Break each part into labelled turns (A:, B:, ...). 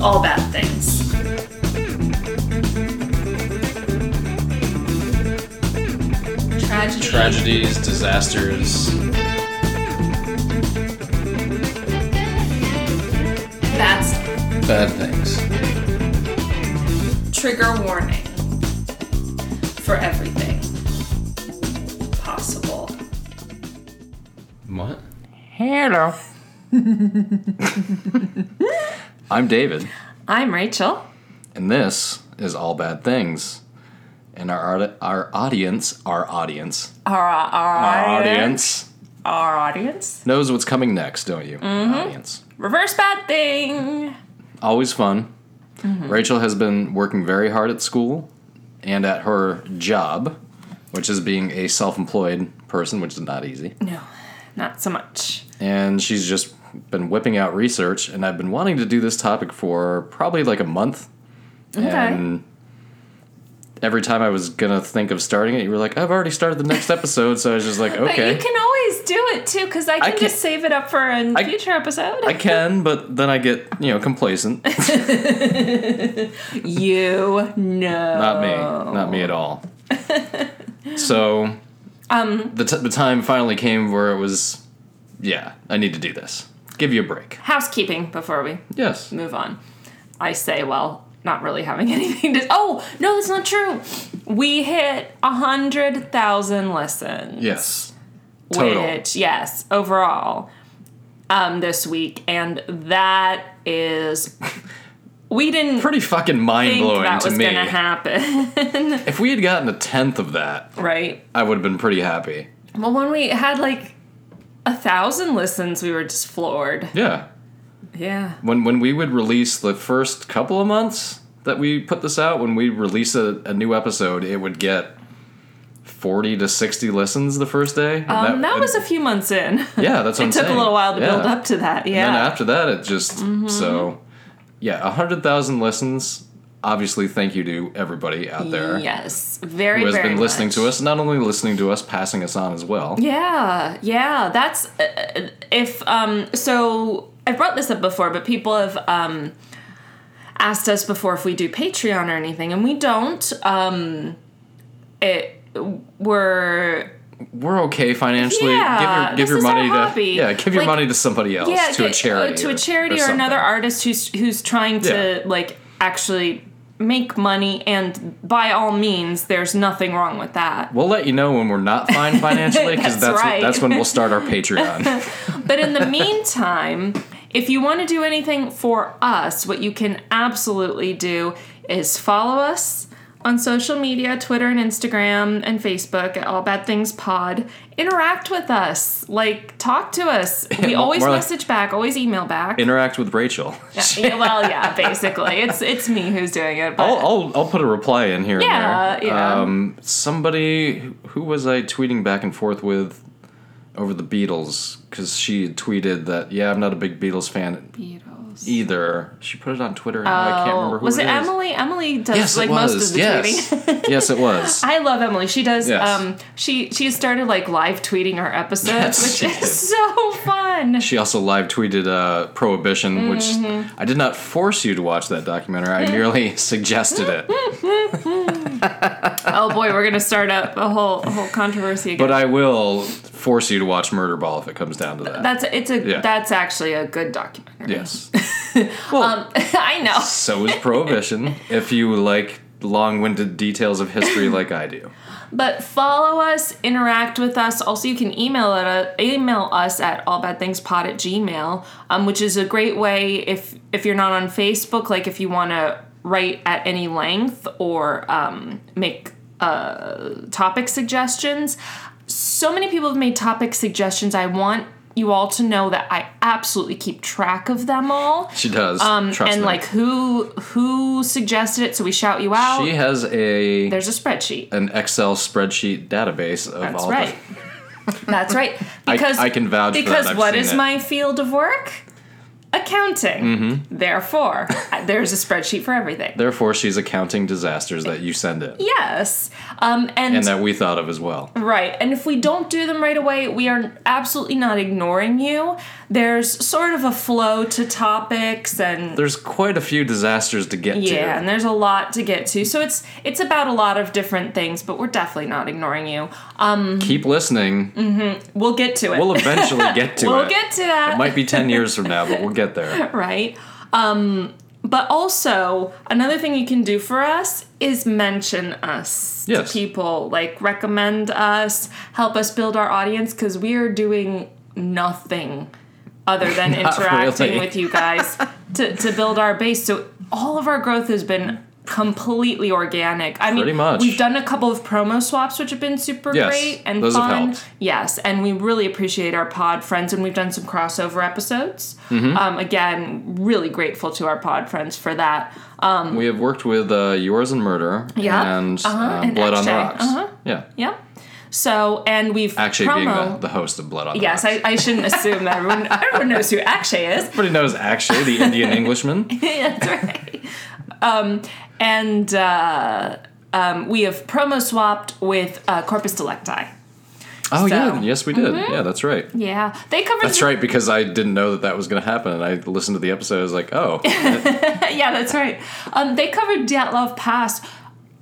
A: all bad things. Tragedy.
B: Tragedies, disasters,
A: That's
B: bad things.
A: trigger warning for everything possible.
B: What?
C: Hello. I'm David,
A: I'm Rachel.
C: and this is All Bad Things. And our audi- our audience, our audience,
A: Our,
C: our
A: our,
C: audience
A: our audience.
C: knows what's coming next, don't you? Audience.
A: Reverse bad thing.
C: Always fun. Rachel has been working very hard at school and at her job, which is being a self-employed person, which is not easy.
A: No, not so much.
C: and she's just been whipping out research and i've been wanting to do this topic for probably like a month and every time i was gonna think of starting it you were like i've already started the next episode so i was just like
A: But
C: okay
A: you can always do it too, because I can
C: can-
A: just save it up for a
C: I-
A: future episode.
C: i can but then i get you know complacent
A: you know.
C: not me
A: Oh.
C: not me at all so um the, t- the time finally came where it was yeah i need to do this give you a break
A: Housekeeping before we
C: yes
A: move on. I say, well, not really having anything to. Oh no, that's not true. We hit a hundred thousand listens.
C: yes total
A: Which, yes, overall, um, this week, and that is, we didn't
C: pretty fucking
A: think
C: mind-blowing
A: that
C: to
A: was
C: me
A: gonna happen,
C: If we had gotten a tenth of that,
A: right?
C: I would have been pretty happy.
A: Well, when we had like a thousand listens, we were just floored.
C: Yeah.
A: Yeah.
C: When when we would release the first couple of months that we put this out, when we release a, a new episode, it would get forty to sixty listens the first day. and
A: Um, that
C: and-
A: was a few months in.
C: yeah. That's what
A: it
C: I'm
A: took
C: saying.
A: a little while to
C: Yeah.
A: build up to that. Mm-hmm. Yeah.
C: And then after that, it just so yeah, hundred thousand listens. Obviously, thank you to everybody out there
A: Yes, very.
C: who has
A: very
C: been listening
A: much.
C: to us. Not only listening to us, passing us on as well.
A: Yeah, yeah. That's uh, if um. So I've brought this up before, but people have um asked us before if we do Patreon or anything, and we don't. Um, it we're
C: we're okay financially.
A: Yeah,
C: give
A: this
C: your, give your
A: is
C: money
A: our
C: to
A: hobby.
C: yeah, give your
A: Like,
C: money to somebody else
A: yeah
C: to a
A: get-
C: charity
A: to a charity or, another
C: something.
A: artist who's who's trying to like actually make money and by all means there's nothing wrong with that
C: We'll let you know when we're not fine financially because
A: That's
C: that's
A: right.
C: that's when we'll start our Patreon.
A: But in the meantime, if you want to do anything for us, what you can absolutely do is follow us on social media Twitter and Instagram and Facebook at All Bad Things Pod. Interact with us, like, talk to us. We always
C: more like-
A: message back, always email back.
C: Interact with Rachel.
A: yeah, well, yeah, basically, it's it's me who's doing it. But
C: I'll, I'll I'll put a reply in here.
A: Yeah,
C: and there.
A: yeah.
C: Um, somebody who was I tweeting back and forth with over the Beatles because she tweeted that yeah I'm not a big Beatles fan
A: Beatles.
C: either. She put it on Twitter. and I can't remember who
A: Oh, was
C: it
A: it,
C: is.
A: Emily? Emily does
C: Yes,
A: like
C: it was.
A: most of the tweeting.
C: yes, yes, it was.
A: I love Emily. She does.
C: Yes.
A: Um, she she started like live tweeting her episodes,
C: Yes, she
A: which is
C: did.
A: so fun.
C: She also live tweeted uh, Prohibition, which
A: Mm-hmm.
C: I did not force you to watch that documentary. I merely suggested it.
A: oh boy, we're gonna start up a whole a whole controversy again.
C: But I will force you to watch Murder Ball if it comes down to that.
A: that's it's a
C: Yeah.
A: that's actually a good documentary.
C: yes. well,
A: I know.
C: so is Prohibition if you like long winded details of history like I do.
A: But follow us, interact with us. Also, you can email it, uh, email us at allbadthingspod at gmail, um, which is a great way if if you're not on Facebook, like if you want to write at any length or um, make uh, topic suggestions. So many people have made topic suggestions. I want you all to know that I absolutely keep track of them all.
C: She does.
A: Um,
C: trust
A: and
C: me.
A: like who who suggested it, so we shout you out.
C: she has a
A: There's a spreadsheet.
C: an Excel spreadsheet database of
A: That's
C: all
A: right. That's right. Because
C: I can vouch for that.
A: because
C: I've
A: what
C: seen
A: is
C: it.
A: my field of work? accounting.
C: Mm-hmm.
A: Therefore, there's a spreadsheet for everything.
C: Therefore, she's accounting disasters that you send in
A: Yes. Um, and,
C: and that we thought of as well.
A: right. And if we don't do them right away, we are absolutely not ignoring you. There's sort of a flow to topics and
C: There's quite a few disasters to get to.
A: yeah, and there's a lot to get to. So it's it's about a lot of different things, but we're definitely not ignoring you.
C: Keep listening.
A: We'll get to it.
C: We'll eventually get to
A: Mm-hmm. We'll
C: it.
A: get to that.
C: It might be 10 years from now, but we'll get there.
A: right? Um, but also another thing you can do for us is mention us
C: Yes.
A: to people, like recommend us, help us build our audience because we are doing nothing other than
C: Not
A: interacting
C: really.
A: with you guys to, to build our base. So all of our growth has been completely organic. I
C: Pretty
A: mean,
C: much.
A: we've done a couple of promo swaps, which have been super
C: Yes,
A: great and
C: those have
A: fun.
C: helped.
A: Yes, and we really appreciate our pod friends, and we've done some crossover episodes.
C: Mm-hmm.
A: Um, again, really grateful to our pod friends for that.
C: We have worked with uh, Yours and Murder
A: Yeah.
C: and,
A: Uh-huh,
C: uh,
A: and
C: Blood on the
A: Akshay.
C: Rocks.
A: Uh-huh.
C: Yeah.
A: Yep. So, and we've
C: Actually, being
A: promo.
C: the, the host of Blood on the
A: yes,
C: Rocks.
A: I, I shouldn't assume that everyone everyone knows who Akshay is.
C: Everybody knows Akshay, the Indian Englishman.
A: That's right. Um, and uh, um, we have promo swapped with uh, Corpus Delecti.
C: Oh,
A: So- Mm-hmm.
C: yeah. Yes, we did. Yeah, that's right.
A: Yeah, they covered.
C: That's right, because I didn't know that that was going to happen. And I listened to the episode. I was like, oh,
A: yeah, that's right. Um, they covered Dyatlov Pass.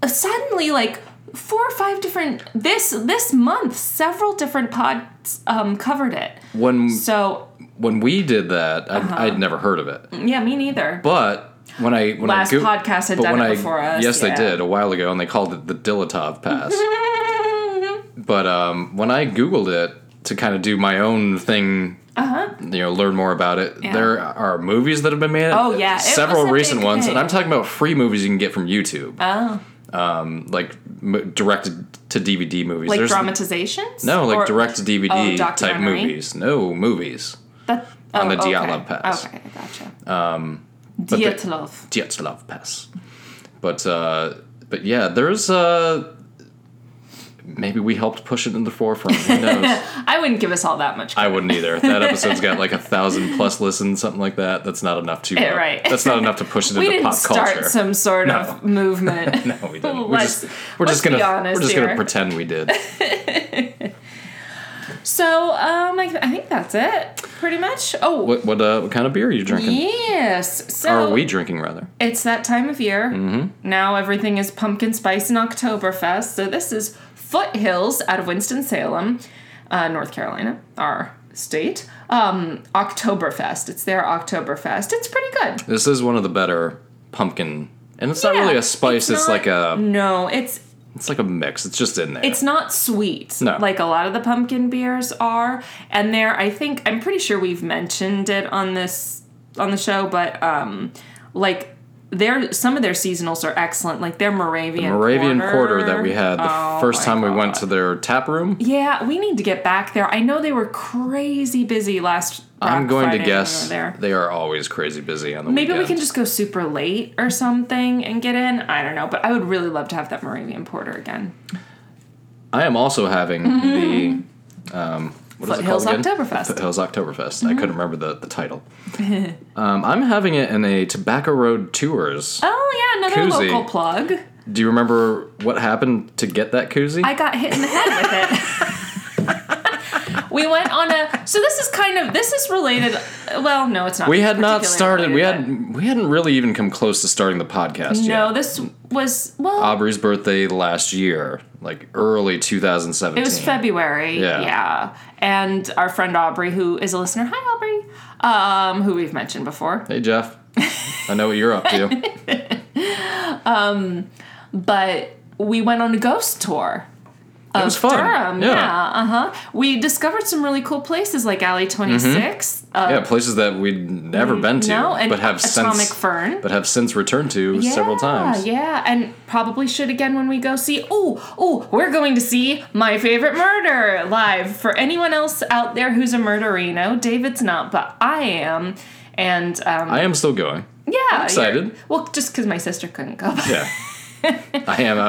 A: Uh, suddenly, like four or five different this this month, several different pods um, covered it.
C: when
A: So Uh-huh.
C: when we did that, I, I'd never heard of it.
A: yeah, me neither.
C: But when I when
A: Last
C: I
A: podcast had
C: but
A: done
C: when
A: it
C: I-
A: before us,
C: Yes,
A: yeah.
C: they did a while ago, and they called it the Dilatov Pass. but um, when I googled it to kind of do my own thing,
A: Uh-huh.
C: you know, learn more about it, there are movies that have been made.
A: Oh, yeah. It
C: several
A: was a
C: recent
A: big
C: ones,
A: thing.
C: and I'm talking about free movies you can get from YouTube, Um,
A: oh,
C: like m- directed to DVD movies.
A: like
C: There's-
A: dramatizations?
C: No, like
A: Or-
C: direct to DVD
A: oh,
C: type
A: documentary?
C: movies. No movies.
A: that, oh,
C: on the
A: okay.
C: Dyatlov Pass.
A: Okay, gotcha.
C: Um, but the-
A: Dyatlov.
C: Jets love pass. But uh, but yeah, there's uh, maybe we helped push it in the forefront. Who knows?
A: I wouldn't give us all that much.
C: I wouldn't either. That episode's got like a thousand plus listens, something like that. That's not enough to uh,
A: Yeah, right.
C: That's not enough to push it
A: we
C: into
A: didn't
C: pop
A: start
C: culture.
A: some sort of movement.
C: no, we didn't. We're just,
A: Let's-
C: we're just gonna
A: let's be honest
C: we're just
A: here.
C: gonna pretend we did.
A: So, um, I, I think that's it, pretty much. Oh,
C: What what uh, what kind of beer are you drinking?
A: yes.
C: Are
A: So
C: we drinking rather?
A: It's that time of year.
C: Mm-hmm.
A: Now everything is pumpkin spice and Oktoberfest. So this is Foothills out of Winston-Salem, uh, North Carolina, our state. Um, Oktoberfest. It's their Oktoberfest. It's pretty good.
C: This is one of the better pumpkin, and it's not
A: Yeah,
C: really a spice. It's,
A: not-
C: like a
A: No, it's
C: it's like a mix. It's just in there.
A: it's not sweet
C: No.
A: like a lot of the pumpkin beers are and there i think i'm pretty sure we've mentioned it on this on the show but um like their some of their seasonals are excellent like their moravian
C: Moravian Porter, that we had the
A: Oh
C: first
A: my
C: time we went
A: God.
C: to their tap room.
A: yeah we need to get back there i know they were crazy busy last
C: I'm
A: Rock
C: going
A: Friday
C: to
A: when
C: guess
A: we were there
C: they are always crazy busy on the
A: maybe we
C: weekends.
A: can just go super late or something and get in i don't know but i would really love to have that moravian porter again
C: I am also having the um, what is it
A: Mm-hmm. Foothills
C: called again?
A: Oktoberfest. Mm-hmm.
C: Foothills Oktoberfest. I couldn't remember the, the title. um, I'm having it in a Tobacco Road Tours.
A: oh yeah another
C: Koozie.
A: local plug
C: Do you remember what happened to get that koozie?
A: I got hit in the head with it. we went on a. So this is kind of this is related. Well, no, it's not.
C: we had not
A: particularly
C: started. We
A: related,
C: had we hadn't really even come close to starting the podcast
A: but-
C: yet.
A: No, this was well.
C: Aubrey's birthday last year, like early 2017.
A: it was February.
C: Yeah.
A: And our friend Aubrey, who is a listener, hi Aubrey, um, who we've mentioned before,
C: Hey Jeff, I know what you're up to.
A: but we went on a ghost tour.
C: It was fun.
A: Durham, yeah,
C: yeah.
A: uh huh. We discovered some really cool places like Alley Twenty uh,
C: Yeah, places that we'd never been to,
A: no, and
C: Mm-hmm. but have
A: Atomic
C: since
A: Fern.
C: but have since returned to several times.
A: Yeah, and probably should again when we go see. Oh, oh, we're going to see My Favorite Murder live. For anyone else out there who's a murderino, David's not, but I am. And um,
C: I am still going.
A: yeah, you're-
C: excited.
A: Well, just because my sister couldn't go.
C: Yeah, I am.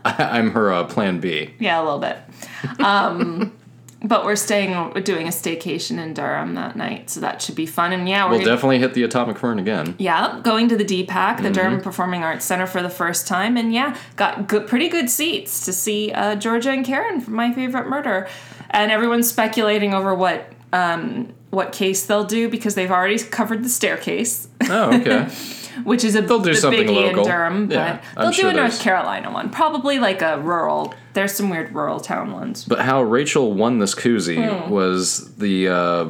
C: I'm, I'm her uh, plan B.
A: yeah, a little bit. Um, But we're staying, doing a staycation in Durham that night, so that should be fun. And yeah, we're
C: We'll
A: gonna-
C: definitely hit the atomic fern again.
A: Yeah, going to the DPAC, the Durham
C: Mm-hmm.
A: Performing Arts Center, for the first time, and yeah, got good, pretty good seats to see uh, Georgia and Karen from My Favorite Murder, and everyone's speculating over what um, what case they'll do because they've already covered the staircase,
C: Oh, okay.
A: which is a they'll
C: do something
A: biggie
C: local.
A: in Durham, but
C: Yeah, I'm
A: they'll do
C: sure
A: a North
C: there's-
A: Carolina one, probably like a rural. There's some weird rural town ones.
C: but how Rachel won this
A: Hmm.
C: koozie was the uh,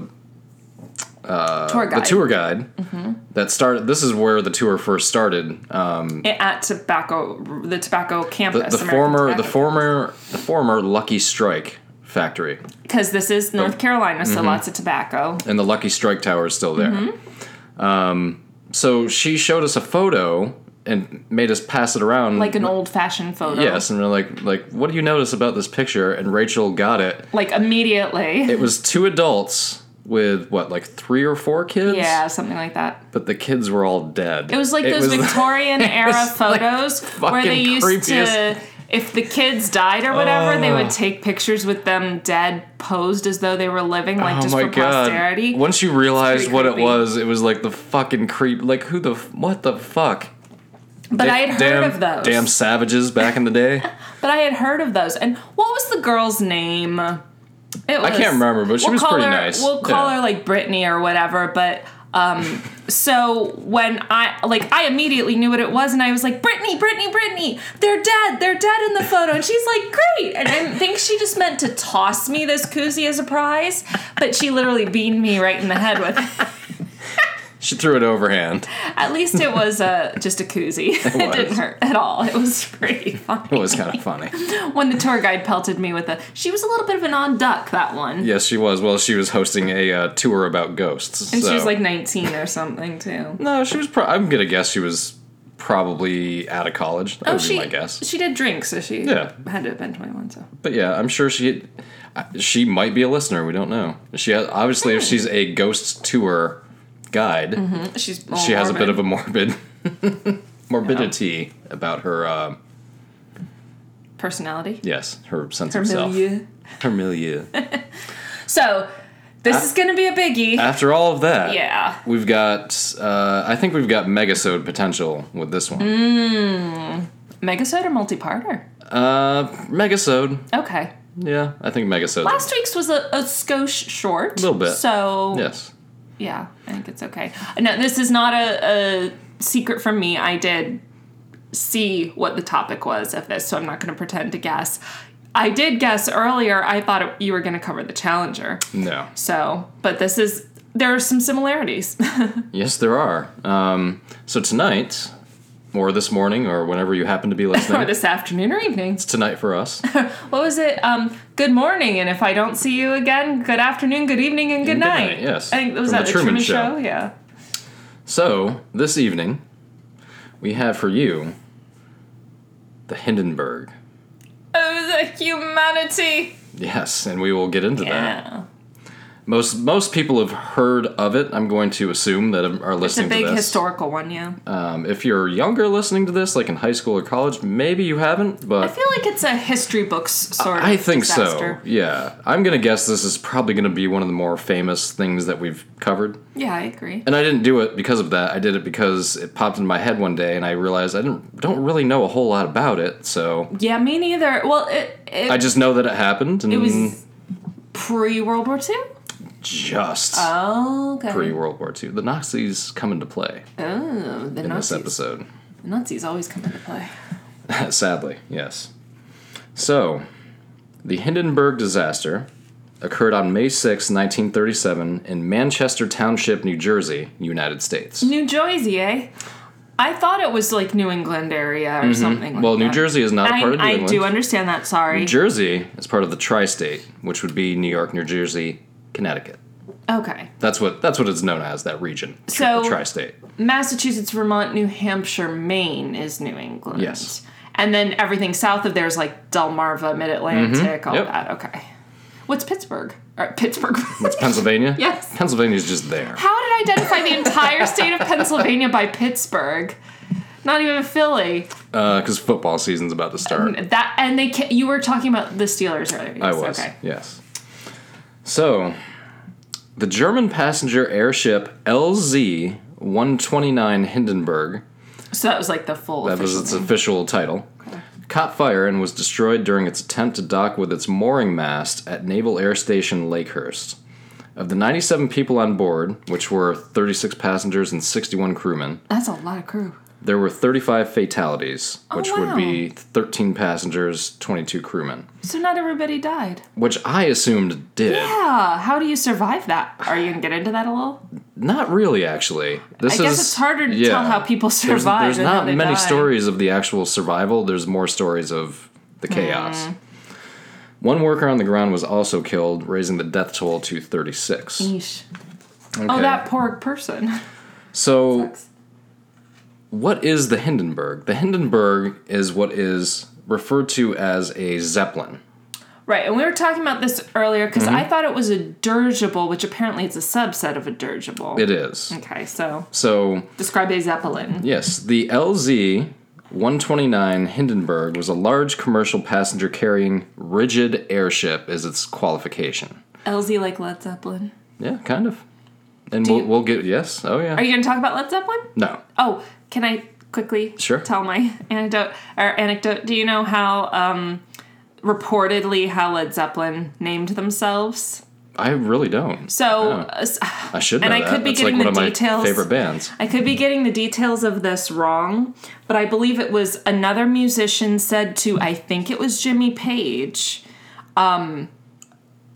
A: tour guide Mm-hmm.
C: the tour guide that started. This is where the tour first started.
A: at tobacco the tobacco
C: The,
A: campus,
C: the former, the former, the former Lucky Strike factory,
A: because this is North Carolina,
C: Mm-hmm.
A: so lots of tobacco.
C: and the Lucky Strike Tower is still there. Um,
A: Mm-hmm.
C: so she showed us a photo and made us pass it around.
A: like an old fashioned photo.
C: yes, and we're like, like, what do you notice about this picture? And Rachel got it.
A: Like immediately.
C: It was two adults with what, like three or four kids.
A: yeah, something like that.
C: but the kids were all dead.
A: It was like those Victorian era
C: was, like,
A: photos where they
C: fucking
A: used
C: creepiest.
A: to if the kids died or whatever, they
C: Oh.
A: would take pictures with them dead posed as though they were living, like
C: Oh
A: just for posterity.
C: Once you realized
A: pretty
C: what it
A: creepy.
C: was, it was like the fucking creep. Like who the f- what the fuck?
A: But I had heard
C: damn,
A: of those.
C: Damn savages back in the day.
A: But I had heard of those. And what was the girl's name? It was,
C: can't remember, but she was
A: call
C: pretty
A: her-
C: nice.
A: We'll call
C: Yeah.
A: her like Brittany or whatever. But um, so when I like, I immediately knew what it was, and I was like, Brittany, Brittany, Brittany, they're dead, they're dead in the photo. And she's like, great. And I think she just meant to toss me this koozie as a prize, but she literally beamed me right in the head with it.
C: she threw it overhand.
A: At least it was uh, just a koozie. It,
C: was.
A: didn't hurt at all. It was pretty funny.
C: It was kind of funny.
A: when the tour guide pelted me with a she was a little bit of an odd duck that one
C: Yes, she was. Well, she was hosting a uh, tour about ghosts.
A: and
C: so.
A: she was like 19 or something too
C: no, she was. Pro- I'm gonna guess she was probably out of college. That
A: oh
C: would be
A: she
C: my guess.
A: she did drink so she
C: Yeah.
A: had to have been 21 so
C: But yeah, I'm sure she uh, she might be a listener. We don't know. She has, obviously
A: Hmm.
C: if she's a ghost tour guide,
A: Mm-hmm. she's
C: she has a bit of a morbid morbidity about her. Uh,
A: personality
C: yes, her sense
A: her
C: of self,
A: milieu
C: her milieu.
A: so this
C: Uh,
A: is gonna be a biggie
C: After all of that,
A: yeah
C: we've got. Uh, I think we've got megasode potential with this one.
A: Mm. megasode or multi-parter
C: Uh, megasode.
A: okay
C: Yeah, I think megasode.
A: last week's was a, a skosh short
C: Little bit.
A: so
C: yes.
A: Yeah, I think it's okay. No, this is not a, a secret from me. I did see what the topic was of this, so I'm not going to pretend to guess. I did guess earlier. I thought it, you were going to cover the Challenger.
C: No.
A: So, but this is there are some similarities.
C: Yes, there are. Um, so tonight, or this morning, or whenever you happen to be
A: or
C: listening,
A: this afternoon or evening.
C: it's tonight for us.
A: What was it? Um, good morning, and if I don't see you again, good afternoon, good evening, and good,
C: good
A: night.
C: night, yes.
A: I think was
C: From
A: that the Truman, Show. Yeah.
C: So this evening, we have for you the Hindenburg.
A: Oh, the humanity.
C: Yes, and we will get into that.
A: Yeah.
C: Most most people have heard of it. I'm going to assume that are
A: It's a
C: listening
A: big
C: to this.
A: historical one. Yeah.
C: um, if you're younger listening to this, like in high school or college, maybe you haven't, but
A: I feel like it's a history books sort of
C: I think
A: disaster.
C: so. Yeah, I'm gonna guess this is probably gonna be one of the more famous things that we've covered.
A: Yeah, I agree.
C: And I didn't do it because of that. I did it because it popped in my head one day, and I realized I didn't don't really know a whole lot about it. So
A: Yeah, me neither. Well, it it,
C: I just know that it happened, and
A: it was pre World War II.
C: just
A: Oh, okay.
C: pre World War II. The Nazis come into play
A: oh, the
C: in this
A: Nazis.
C: episode.
A: The Nazis always come into play.
C: Sadly, yes. So, the Hindenburg disaster occurred on May 6, 1937, in Manchester Township, New Jersey, United States.
A: New Jersey, eh? I thought it was like New England area or something. Like
C: Mm-hmm. Well, New
A: that.
C: Jersey is not a
A: I,
C: part of New
A: I
C: England.
A: do understand that. Sorry.
C: New Jersey is part of the tri-state, which would be New York, New Jersey, Connecticut.
A: okay.
C: That's what that's what it's known as that region. tr-
A: So-
C: the tri-state.
A: Massachusetts, Vermont, New Hampshire, Maine is New England.
C: Yes.
A: And then everything south of there is like Delmarva, Mid Atlantic, all
C: Mm-hmm. Yep.
A: that. Okay. What's Pittsburgh? Or Pittsburgh.
C: It's Pennsylvania.
A: Yes.
C: Pennsylvania's just there.
A: How did I identify the entire state of Pennsylvania by Pittsburgh? Not even Philly.
C: Because uh, football
A: Mm,
C: season's about to start.
A: That and they ca- you were talking about the Steelers earlier.
C: I
A: Yes,
C: was.
A: Okay.
C: Yes. So, the German passenger airship LZ 129 Hindenburg,
A: So that was like the full.
C: that was
A: official
C: its
A: name.
C: official title, caught fire and was destroyed during its attempt to dock with its mooring mast at Naval Air Station Lakehurst. Of the 97 people on board, which were 36 passengers and 61 crewmen,
A: That's a lot of crew.
C: there were 35 fatalities, which would
A: Oh, wow.
C: be 13 passengers, 22 crewmen,
A: So not everybody died.
C: which I assumed did.
A: Yeah. How do you survive that? Are you gonna get into that a little?
C: Not really, actually. This
A: I guess
C: is,
A: it's harder to
C: yeah.
A: tell how people
C: There's,
A: survive.
C: there's
A: than how
C: not
A: they
C: many
A: die.
C: stories of the actual survival. There's more stories of the
A: Hmm.
C: chaos. One worker on the ground was also killed, raising the death toll to 36.
A: Yeesh.
C: Okay.
A: Oh, that poor person.
C: So, what is the Hindenburg? The Hindenburg is what is referred to as a zeppelin.
A: Right, and we were talking about this earlier because
C: Mm-hmm.
A: I thought it was a dirigible, which apparently it's a subset of a dirigible.
C: It is.
A: Okay, so
C: So,
A: describe a zeppelin.
C: Yes, the LZ 129 Hindenburg was a large commercial passenger carrying rigid airship as its qualification.
A: LZ like Led Zeppelin.
C: Yeah, kind of. And we'll,
A: you-
C: we'll get yes. Oh yeah.
A: Are you going to talk about Led Zeppelin?
C: no.
A: Oh, can I quickly
C: Sure.
A: tell my anecdote or anecdote? Do you know how um, reportedly how Led Zeppelin named themselves?
C: I really don't.
A: So
C: Oh.
A: uh, s-
C: I should know
A: And I
C: that.
A: could be
C: That's
A: getting
C: like
A: the
C: one of
A: details.
C: my favorite bands.
A: I could be getting the details of this wrong, but I believe it was another musician said to, I think it was Jimmy Page, um,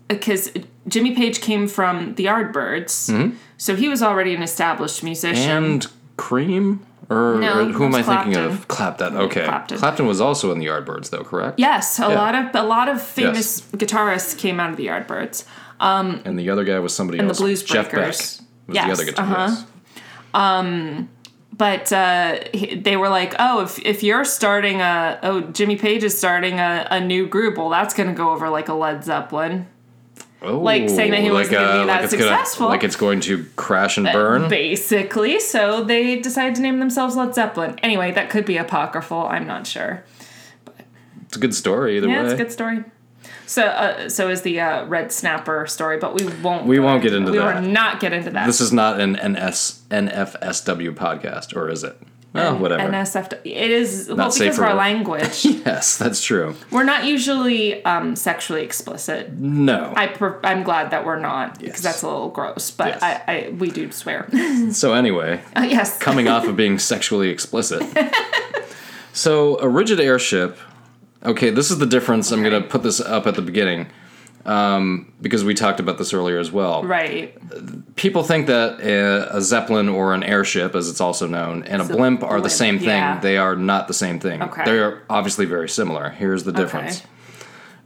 A: because Jimmy Page came from the Yardbirds, so he was already an established musician.
C: Mm-hmm. And Cream or,
A: No,
C: or who am I
A: that's
C: thinking
A: Clapton.
C: of? Clapton. Okay.
A: Clapton.
C: was also in the Yardbirds though, correct?
A: yes, a lot of a lot of famous
C: Yes.
A: guitarists came out of the Yardbirds.
C: And the other guy was somebody
A: the
C: else.
A: Blues
C: Jeff Beck
A: Breakers.
C: was the
A: Yes,
C: other guitarist.
A: uh-huh. but uh, he- they were like, "Oh, if if you're starting a oh Jimmy Page is starting a, a new group, well that's gonna go over like a Led Zeppelin."
C: Oh, uh,
A: Like, saying that he wasn't gonna be that
C: it's gonna-
A: successful.
C: like it's going to crash and burn.
A: Basically, so they decided to name themselves Led Zeppelin. Anyway, that could be apocryphal. I'm not sure.
C: It's a good story either
A: Yeah,
C: way.
A: it's a good story. So, uh, so is the uh, Red Snapper story, but we won't.
C: We won't get into
A: we
C: that.
A: will not get into that.
C: This is not an NS NFSW podcast, or is it? Oh, whatever.
A: NSF. It is well
C: safe
A: because of our
C: for-
A: language.
C: yes, that's true.
A: we're not usually um, sexually explicit.
C: No.
A: I pre- I'm glad that we're not because
C: Mm-hmm. Yes.
A: that's a little gross. But
C: Yes.
A: I, I we do swear.
C: so anyway,
A: Uh, yes.
C: coming off of being sexually explicit. so a rigid airship. Okay, this is the difference. I'm going to put this up at the beginning. Um, because we talked about this earlier as well.
A: Right.
C: People think that a, a zeppelin or an airship, as it's also known, and a
A: It's a
C: blimp are the
A: blimp,
C: same thing.
A: yeah.
C: They are not the same thing.
A: Okay.
C: They are obviously very similar. Here's the difference.
A: Okay.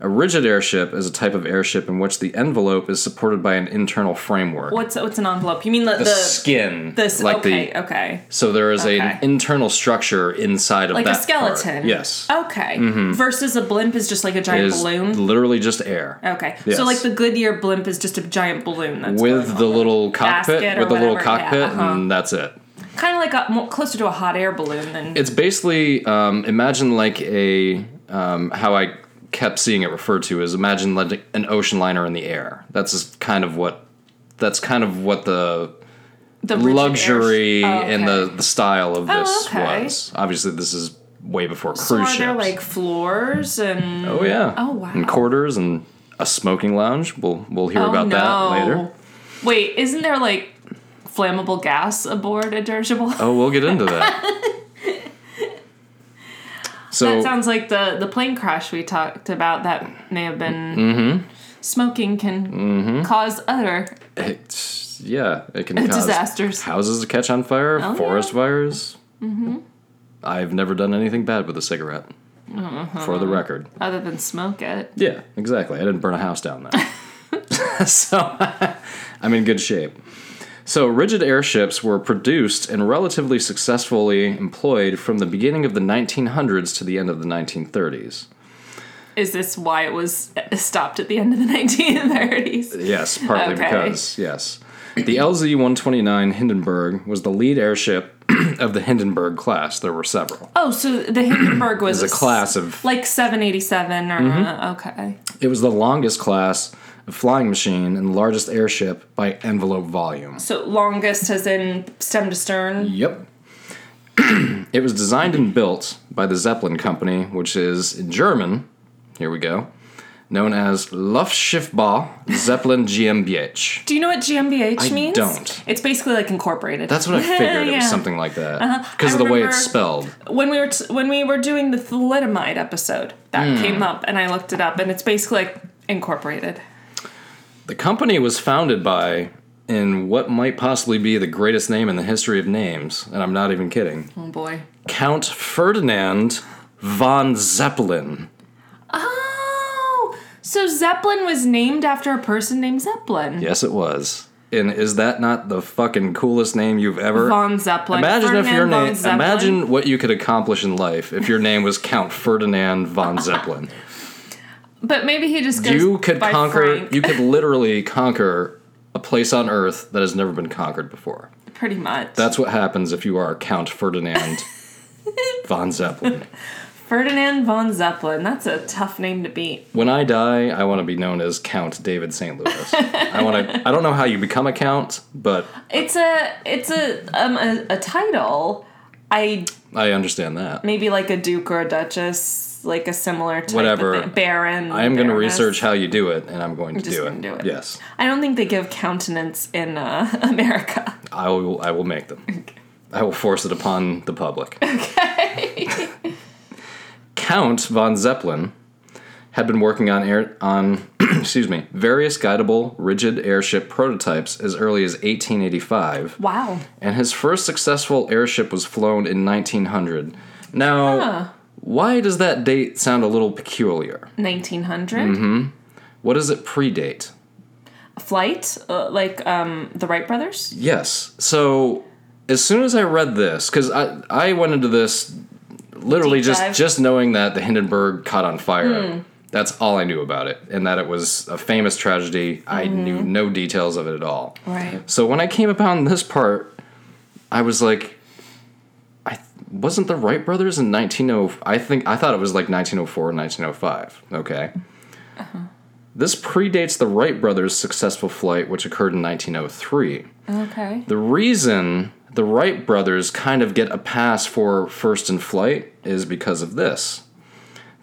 C: A rigid airship is a type of airship in which the envelope is supported by an internal framework.
A: What's what's an envelope? You mean the
C: The,
A: the,
C: skin,
A: this?
C: like
A: okay.
C: the
A: okay.
C: so there is
A: Okay.
C: an internal structure inside of
A: Like
C: that
A: a
C: part.
A: skeleton.
C: Yes,
A: Okay. Versus a blimp is just like a
C: it Mm-hmm.
A: giant
C: is
A: balloon. Oh,
C: literally just air.
A: Okay.
C: Yes.
A: So like the Goodyear blimp is just a giant balloon. That's
C: with the little
A: Basket
C: cockpit,
A: or
C: with the little
A: whatever, yeah,
C: cockpit,
A: uh-huh.
C: and that's it.
A: kind of like a more, closer to a hot air balloon than.
C: It's basically um, imagine like a um, how I kept seeing it referred to is imagine like an ocean liner in the air. That's just kind of what that's kind of what the
A: the rigid air-
C: luxury
A: Oh,
C: and
A: okay. Oh,
C: the, the style of this
A: okay.
C: was. Obviously, this is way before
A: So
C: cruise
A: are
C: ships.
A: there like floors and?
C: oh yeah.
A: Oh, wow. Oh,
C: And quarters and a smoking lounge. We'll we'll hear about that later.
A: Wait, isn't there like flammable gas aboard a dirigible?
C: Oh, we'll get into that. so
A: That sounds like the the plane crash we talked about. That may have been
C: Mm-hmm.
A: smoking can cause other
C: It's, yeah, it can cause
A: disasters. Oh,
C: Houses to catch on fire,
A: yeah.
C: forest fires. Mm-hmm. I've never done anything bad with a cigarette,
A: Uh-huh.
C: for the record.
A: other than smoke it.
C: Yeah, exactly. I didn't burn a house down though, so I'm in good shape. So rigid airships were produced and relatively successfully employed from the beginning of the 1900s to the end of the 1930s.
A: Is this why it was stopped at the end of the 1930s?
C: Yes, partly
A: Okay.
C: because yes, the LZ-129 Hindenburg was the lead airship of the Hindenburg class. There were several.
A: Oh, so the Hindenburg was
C: It was a
A: s-
C: class of. Mm-hmm.
A: like 787 or uh, okay.
C: It was the longest class of flying machine and the largest airship by envelope volume.
A: So longest as in stem to stern.
C: Yep. it was designed and built by the Zeppelin Company, which is in German, here we go, known as Luftschiffbau Zeppelin GmbH.
A: Do you know what GmbH means?
C: don't.
A: It's basically like incorporated.
C: That's what I figured. It
A: Yeah. Uh-huh.
C: was something like that. Because of
A: I
C: the way
A: remember-
C: it's spelled.
A: when we were t- when we were doing the thalidomide episode that
C: Hmm.
A: came up and I looked it up and it's basically like incorporated.
C: The company was founded by, in what might possibly be the greatest name in the history of names, and I'm not even kidding,
A: Oh boy.
C: Count Ferdinand von Zeppelin.
A: Oh, so Zeppelin was named after a person named Zeppelin.
C: Yes, it was. And is that not the fucking coolest name you've ever
A: Von Zeppelin.
C: Imagine if
A: Ferdinand
C: your
A: von
C: name.
A: Zeppelin.
C: Imagine what you could accomplish in life if your name was Count Ferdinand von Zeppelin.
A: But maybe he just goes
C: you could
A: by
C: conquer.
A: Frank,
C: You could literally conquer a place on Earth that has never been conquered before.
A: pretty much.
C: That's what happens if you are Count Ferdinand von Zeppelin.
A: Ferdinand von Zeppelin. That's a tough name to beat.
C: When I die, I want to be known as Count David St. Louis. I want to. I don't know how you become a count, but
A: It's a it's a um a, a title. I
C: I understand that.
A: maybe like a duke or a duchess, like a similar type of
C: Whatever.
A: thing. baron.
C: I am going to
A: baroness.
C: research how you do it, and I'm going to
A: just
C: do
A: gonna
C: it.
A: do it.
C: Yes.
A: I don't think they give countenance in uh, America.
C: I will. I will make them. I will force it upon the public. Okay. Count von Zeppelin had been working on air on excuse me various guidable rigid airship prototypes as early as 1885,
A: Wow.
C: and his first successful airship was flown in 1900. Now, why does that date sound a little peculiar?
A: 1900
C: Mm-hmm. What does it predate?
A: flight, uh, like um, the Wright brothers.
C: Yes. So as soon as I read this, because I I went into this literally
A: Deep
C: just
A: dive. Hmm.
C: just knowing that the Hindenburg caught on fire. That's all I knew about it, and that it was a famous tragedy. I knew no details of it at all.
A: Hmm. Right.
C: So when I came upon this part, I was like, I th- wasn't the Wright brothers in 190. I think I thought it was like 1904, 1905. Okay.
A: Uh-huh.
C: This predates the Wright brothers' successful flight, which occurred in 1903.
A: Okay.
C: The reason the Wright brothers kind of get a pass for first in flight is because of this.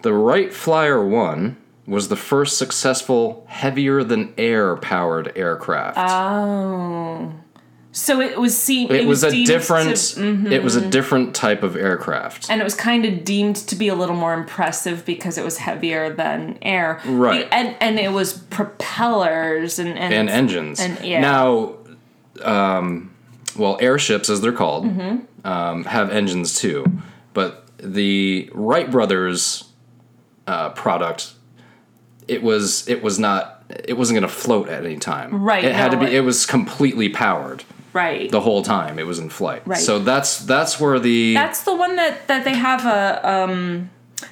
C: The Wright Flyer 1 was the first successful heavier than air powered aircraft.
A: Oh. So it was seen.
C: it was, a
A: deemed
C: different
A: to-
C: it was a different type of aircraft.
A: and it was kind of deemed to be a little more impressive because it was heavier than air.
C: Right.
A: The- And and it was propellers and and,
C: and engines.
A: and- yeah.
C: Now, um, well, airships as they're called um, have engines too, but the Wright brothers uh, product it was it was not it wasn't going to float at any time.
A: Right,
C: It had
A: no,
C: to be.
A: it-
C: It was completely powered
A: right.
C: the whole time it was in flight.
A: Right.
C: So that's that's where the
A: That's the one that that they have a um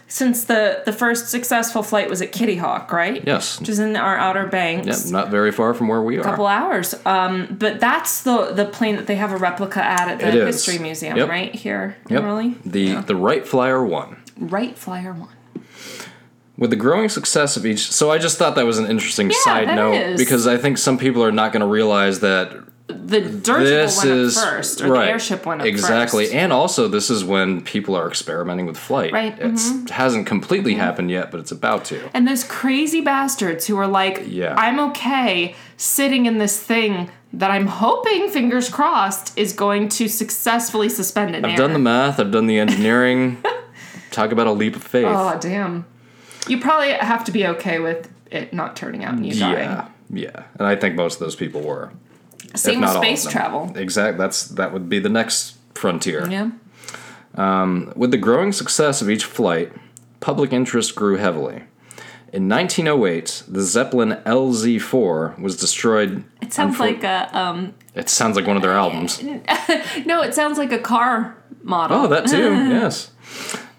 A: since the the first successful flight was at Kitty Hawk, right?
C: yes.
A: Which is in our Outer Banks.
C: Yeah, not very far from where we are.
A: couple hours. Um, but that's the the plane that they have a replica at at
C: It
A: the
C: is.
A: History Museum,
C: Yep.
A: right here
C: Yep.
A: in Raleigh.
C: The the Wright Flyer one.
A: Right Flyer One.
C: with the growing success of each so i just thought that was an interesting side
A: that
C: note
A: is.
C: because i think some people are not going to realize that
A: The dirigible
C: this
A: went
C: is
A: up first, or the airship went up
C: exactly
A: first.
C: and also this is when people are experimenting with flight
A: Right, mm-hmm.
C: it's hasn't completely happened yet but it's about to
A: And those crazy bastards who are like,
C: Yeah.
A: I'm okay sitting in this thing that I'm hoping, fingers crossed, is going to successfully suspend an
C: i've done the math i've done the engineering talk about a leap of faith
A: Oh damn! You probably have to be okay with it not turning out and you
C: yeah
A: dying.
C: yeah and i think most of those people were
A: Same with
C: all of
A: space
C: them.
A: travel.
C: exactly that's that would be the next frontier
A: Yeah.
C: With the growing success of each flight, public interest grew heavily. In 1908, the Zeppelin LZ 4 was destroyed.
A: It sounds
C: unfor-
A: like a um.
C: It sounds like one of their albums.
A: No, it sounds like a car model.
C: Oh, that too, yes.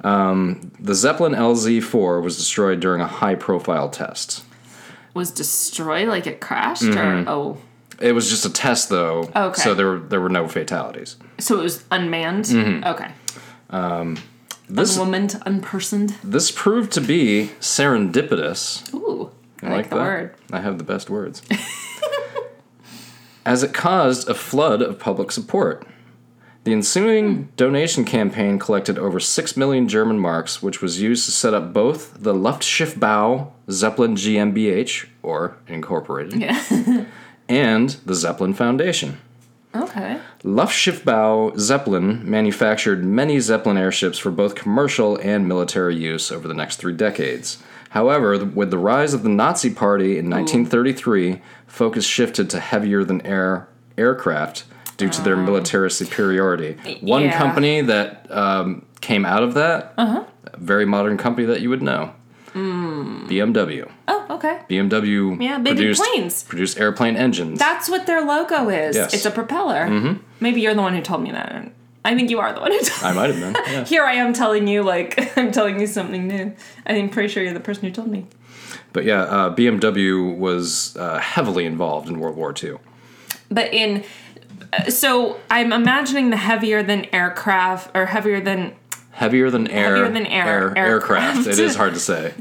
C: Um, the Zeppelin LZ 4 was destroyed during a high profile test. Mm-hmm.
A: was destroyed, like it crashed, or oh,
C: It was just a test, though.
A: Okay.
C: So there were there were no fatalities.
A: So it was unmanned.
C: Mm-hmm.
A: Okay.
C: This
A: Unwomaned, unpersoned.
C: this proved to be serendipitous.
A: Ooh, I,
C: I
A: like, the
C: that.
A: word.
C: I have the best words. As it caused a flood of public support. The
A: Hmm.
C: ensuing donation campaign collected over 6 million German marks, which was used to set up both the Luftschiffbau Zeppelin GmbH, or Incorporated,
A: Yeah.
C: and the Zeppelin Foundation.
A: okay.
C: Luftschiffbau Zeppelin manufactured many Zeppelin airships for both commercial and military use over the next three decades. However, th- with the rise of the Nazi Party
A: Hmm.
C: in 1933, focus shifted to heavier than air aircraft due to their military superiority. One
A: Ah. yeah. Uh-huh.
C: company that um, came out of that, a very modern company that you would know, BMW.
A: Oh, okay.
C: BMW
A: Yeah, they do
C: produced,
A: planes.
C: produced airplane engines.
A: That's what their logo is.
C: Yes. Mm-hmm.
A: It's a propeller. Maybe you're the one who told me that. I think you are the one who told
C: I might have been. yeah.
A: Here I am telling you, like, I'm telling you something new. I'm pretty sure you're the person who told me.
C: But yeah, uh, BMW was uh, heavily involved in World War II.
A: But in. uh, So I'm imagining the heavier than aircraft or heavier than
C: Heavier than air.
A: Heavier than air-
C: aircraft.
A: aircraft.
C: it is hard to say.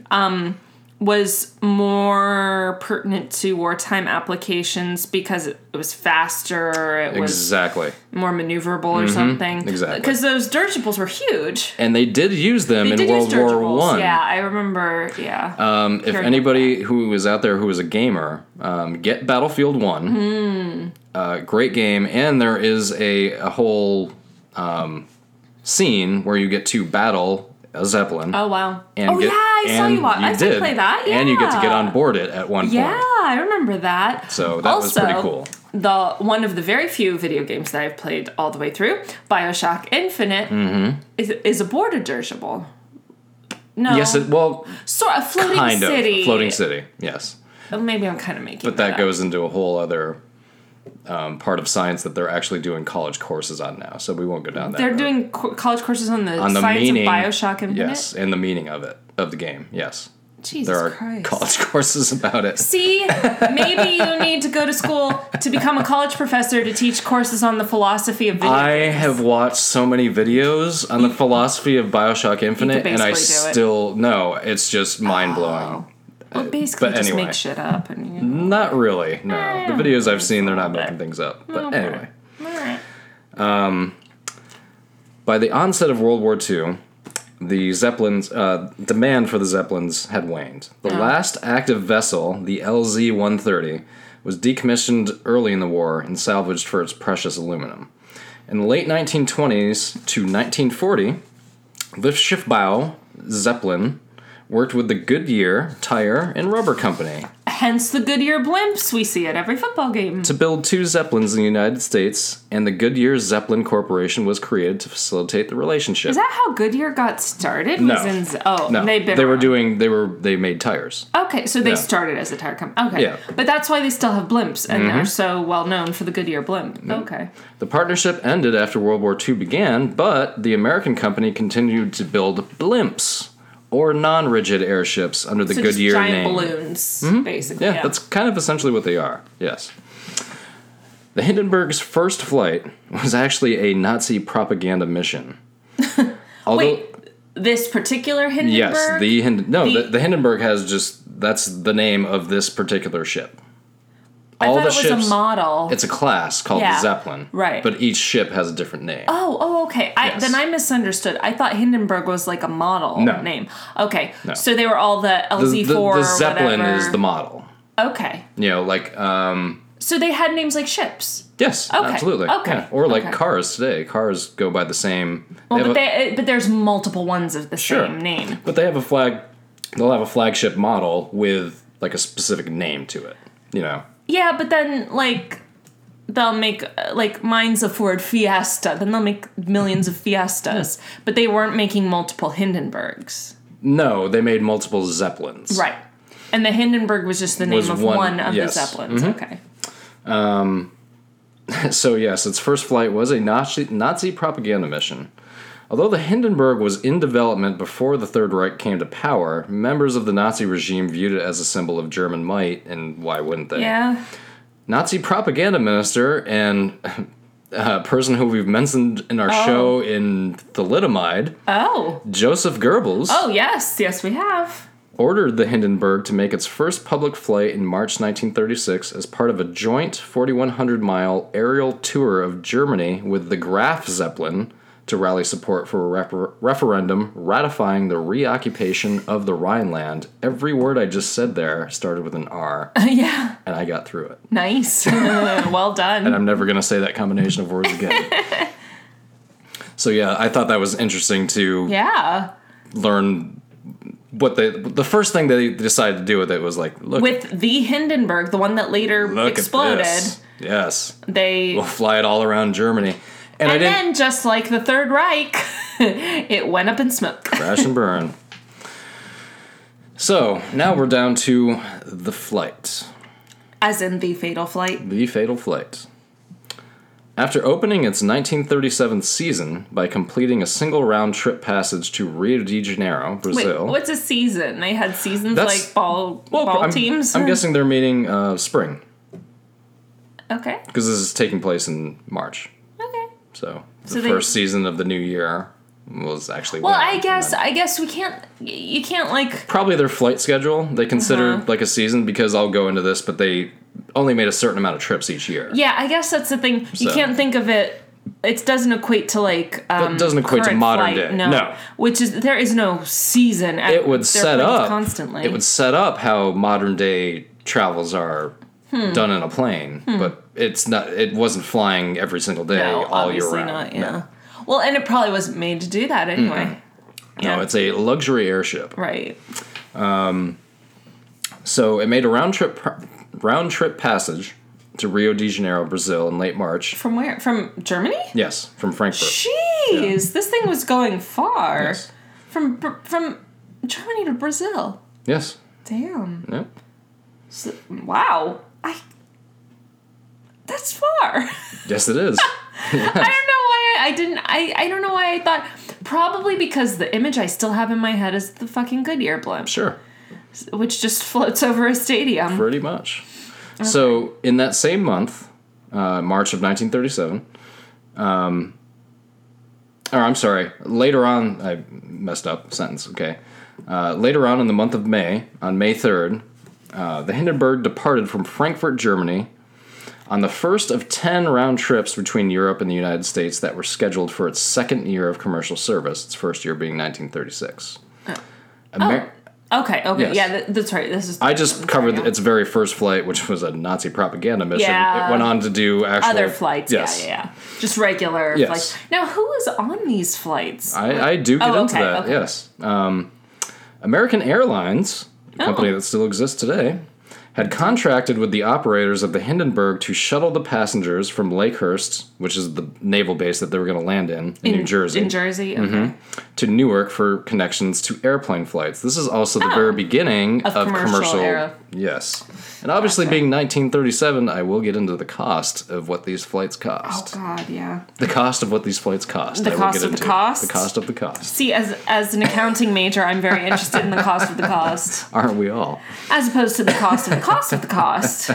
A: was more pertinent to wartime applications because it was faster, it was
C: exactly.
A: more maneuverable or something.
C: Mm-hmm. exactly.
A: Because those dirigibles were huge.
C: And they did use them
A: They
C: in
A: did
C: World
A: use
C: War
A: dirigibles.
C: One.
A: Yeah, I remember. Yeah.
C: Um, if
A: Sure.
C: anybody who is out there who is a gamer, um, get Battlefield One.
A: Hmm.
C: Uh, great game, and there is a, a whole um, scene where you get to battle a zeppelin.
A: oh wow.
C: And
A: oh
C: get-
A: yeah, I saw
C: and
A: you watch. I saw you
C: did,
A: play that. Yeah.
C: and you get to get on board it at one
A: Yeah,
C: point.
A: I remember that.
C: So that was pretty cool.
A: The one of the very few video games that I've played all the way through, BioShock Infinite,
C: Mm-hmm.
A: is is a border dirigible. No.
C: Yes, it, well,
A: sort of floating
C: kind
A: city.
C: of floating city. Yes,
A: Oh, Maybe I'm kind of making.
C: but that goes into a whole other um, part of science that they're actually doing college courses on now. So we won't go down that.
A: They're
C: road.
A: doing co- college courses on the,
C: on the
A: science
C: meaning
A: of Bioshock Infinite.
C: Yes, and the meaning of it of the game. Yes,
A: Jesus
C: there are
A: Christ.
C: college courses about it.
A: See, maybe you need to go to school to become a college professor to teach courses on the philosophy of video.
C: I have watched so many videos on the philosophy of Bioshock Infinite, and I
A: basically do it. Oh.
C: still no. It's just mind blowing.
A: Well, basically,
C: but
A: just
C: anyway.
A: make shit up and you know.
C: Not really. No,
A: Eh,
C: the videos I've seen, they're not making things up. But
A: Oh,
C: anyway.
A: Alright.
C: By the onset of World War II, the Zeppelins uh, demand for the Zeppelins had waned. The last active vessel, the LZ-130, was decommissioned early in the war and salvaged for its precious aluminum. In the late 1920s to 1940, Liftschiffbau Zeppelin worked with the Goodyear Tire and Rubber Company
A: Hence the Goodyear blimps we see at every football game.
C: to build two Zeppelins in the United States, and the Goodyear Zeppelin Corporation was created to facilitate the relationship.
A: Is that how Goodyear got started?
C: No.
A: Was in Z- oh,
C: No,
A: they've
C: they
A: been
C: were
A: around.
C: doing. They were. They made tires.
A: Okay, so they
C: Yeah.
A: started as a tire company. Okay,
C: Yeah. Mm-hmm.
A: but that's why they still have blimps and they're so well known for the Goodyear blimp. Okay,
C: The partnership ended after World War II began, but the American company continued to build blimps or non-rigid airships under the
A: so just
C: Goodyear
A: giant
C: name. Mm-hmm.
A: balloons, basically.
C: Yeah, that's kind of essentially what they are. Yes. The Hindenburg's first flight was actually a Nazi propaganda mission. Although,
A: Wait, this particular Hindenburg.
C: yes, the Hind- no, the,
A: The-
C: the Hindenburg has just that's the name of this particular ship.
A: I
C: all
A: thought
C: the
A: it was
C: ships-
A: a model.
C: It's a class called
A: Yeah,
C: the Zeppelin,
A: right.
C: But each ship has a different name.
A: oh, oh, okay. I,
C: Yes.
A: Then I misunderstood. I thought Hindenburg was like a model
C: No.
A: name. Okay, so they were all the
C: the,
A: LZ4.
C: the- the
A: or
C: Zeppelin
A: whatever.
C: is the model.
A: Okay,
C: You know, like um
A: so they had names like ships.
C: yes,
A: Okay,
C: absolutely.
A: okay,
C: Yeah, Or like
A: okay.
C: cars today. Cars go by the same
A: Well,
C: they have
A: but,
C: a-
A: they, but there's multiple ones of the
C: Sure.
A: same name.
C: but they have a flag they'll have a flagship model with like a specific name to it. You know.
A: Yeah, but then like they'll make uh, like mine's a Ford Fiesta. Then they'll make millions of
C: Hmm.
A: Fiestas, but they weren't making multiple Hindenburgs,
C: No, they made multiple Zeppelins.
A: right? And the Hindenburg was just the name
C: Was
A: of
C: one-
A: one, of
C: yes. Mm-hmm.
A: the Zeppelins. Okay.
C: So yes, its first flight was a Nazi Nazi propaganda mission. Although the Hindenburg was in development before the Third Reich came to power, members of the Nazi regime viewed it as a symbol of German might, and why wouldn't they?
A: Yeah.
C: Nazi propaganda minister and uh, person who we've mentioned in our show in thalidomide,
A: Oh.
C: Joseph Goebbels,
A: Oh, yes. Yes, we have.
C: ordered the Hindenburg to make its first public flight in March 1936 as part of a joint 4,100 mile aerial tour of Germany with the Graf Zeppelin to rally support for a refer- referendum ratifying the reoccupation of the Rhineland. Every word I just said there started with an R,
A: yeah.
C: and I got through it.
A: Nice. well done.
C: I'm never going to say that combination of words again. so yeah, I thought that was interesting to
A: yeah.
C: learn what they the first thing they decided to do with it was like look
A: With the Hindenburg, the one that later
C: look
A: exploded,
C: at this. Yes.
A: they.
C: We'll fly it all around Germany. And, I
A: and
C: didn't
A: then, just like the Third Reich, it went up in smoke.
C: crash and burn. So now we're down to the flight.
A: As in the fatal flight.
C: The Fatal Flight. After opening its 1937 season by completing a single round trip passage to Rio de Janeiro,
A: Wait,
C: Brazil.
A: what's a season? They had seasons
C: That's-
A: like ball
C: Well,
A: ball
C: I'm,
A: teams.
C: I'm guessing they're meaning uh, spring
A: okay.
C: because this is taking place in March.
A: Okay.
C: So the
A: So they-
C: first season of the new year was actually.
A: Well,
C: winter,
A: I
C: and
A: guess
C: then-
A: I guess we can't. You can't like.
C: probably their flight schedule they considered
A: Uh-huh.
C: like a season because I'll go into this, but they only made a certain amount of trips each year.
A: Yeah, I guess that's the thing. You
C: So-
A: can't think of it. It doesn't equate to like. Um,
C: doesn't equate to
A: current
C: modern
A: flight,
C: day.
A: No.
C: No.
A: Which is there is no season. At,
C: it would
A: they're
C: set
A: playing
C: up
A: constantly.
C: It would set up how modern day travels are
A: Hmm.
C: done in a plane, but it's not. It wasn't flying every single day
A: no,
C: all year
A: obviously
C: round.
A: not.
C: No.
A: Yeah. Well, and it probably wasn't made to do that anyway.
C: No, it's a luxury airship.
A: Right.
C: So it made a round trip pr- round trip passage to Rio de Janeiro, Brazil, in late March.
A: From where? From Germany?
C: Yes, from Frankfurt.
A: Jeez, this thing was going far.
C: Yes.
A: From Br- from Germany to Brazil.
C: Yes.
A: Damn.
C: Yeah.
A: So- wow. I. That's far.
C: Yes, it is.
A: I don't know why I, I didn't. I, I don't know why I thought. Probably because the image I still have in my head is the fucking Goodyear blimp,
C: sure.
A: which just floats over a stadium.
C: Pretty much. So, in that same month, uh, March of 1937, um, or I'm sorry, later on, I messed up sentence, okay. Uh, later on in the month of May, on May 3rd, uh, the Hindenburg departed from Frankfurt, Germany, on the first of 10 round trips between Europe and the United States that were scheduled for its second year of commercial service, its first year being 1936. Amer-
A: Oh, Okay. Okay.
C: Yes.
A: Yeah. That, that's right. This is.
C: I just covered
A: yeah.
C: its very first flight, which was a Nazi propaganda mission.
A: Yeah.
C: It went on to do actual
A: other flights.
C: Yes.
A: Yeah. Yeah. Yeah. Just regular
C: Yes.
A: flights. Now, who was on these flights?
C: I, I do get
A: Oh,
C: into
A: okay,
C: that.
A: okay.
C: Yes. Um, American Airlines, a
A: Oh.
C: company that still exists today, had contracted with the operators of the Hindenburg to shuttle the passengers from Lakehurst, which is the naval base that they were going to land in in, New Jersey, Mm-hmm.
A: In Jersey. Okay.
C: to Newark for connections to airplane flights. This is also the very beginning of,
A: Oh. commercial
C: commercial.
A: era.
C: Yes. And obviously, being 1937, I will get into the cost of what these flights cost.
A: Oh, God, yeah.
C: The cost of what these flights cost.
A: The
C: I will
A: cost
C: get
A: of the
C: into.
A: cost?
C: The cost of the cost.
A: See, as as an accounting major, I'm very interested in the cost of the cost,
C: Aren't we all?
A: as opposed to the cost of the cost of the cost.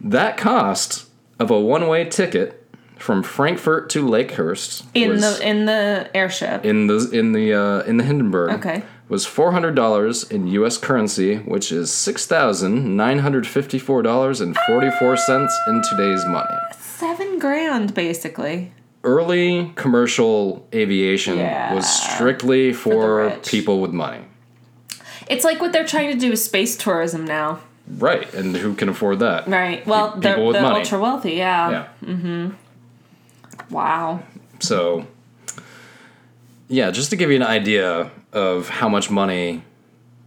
C: That cost of a one way ticket from Frankfurt to Lakehurst
A: In
C: was-
A: the in the airship.
C: in the in the uh, in the Hindenburg
A: Okay.
C: was four hundred dollars in U.S. currency, which is six thousand nine hundred fifty-four dollars and forty-four cents in today's money.
A: Seven grand, basically.
C: Early commercial aviation
A: Yeah.
C: was strictly for,
A: rich.
C: people with money,
A: It's like what they're trying to do with space tourism now,
C: right? And who can afford that?
A: right? Well,
C: Pe-
A: the,
C: people with
A: the
C: money.
A: ultra wealthy, yeah.
C: Yeah.
A: Wow.
C: So, yeah, just to give you an idea of how much money,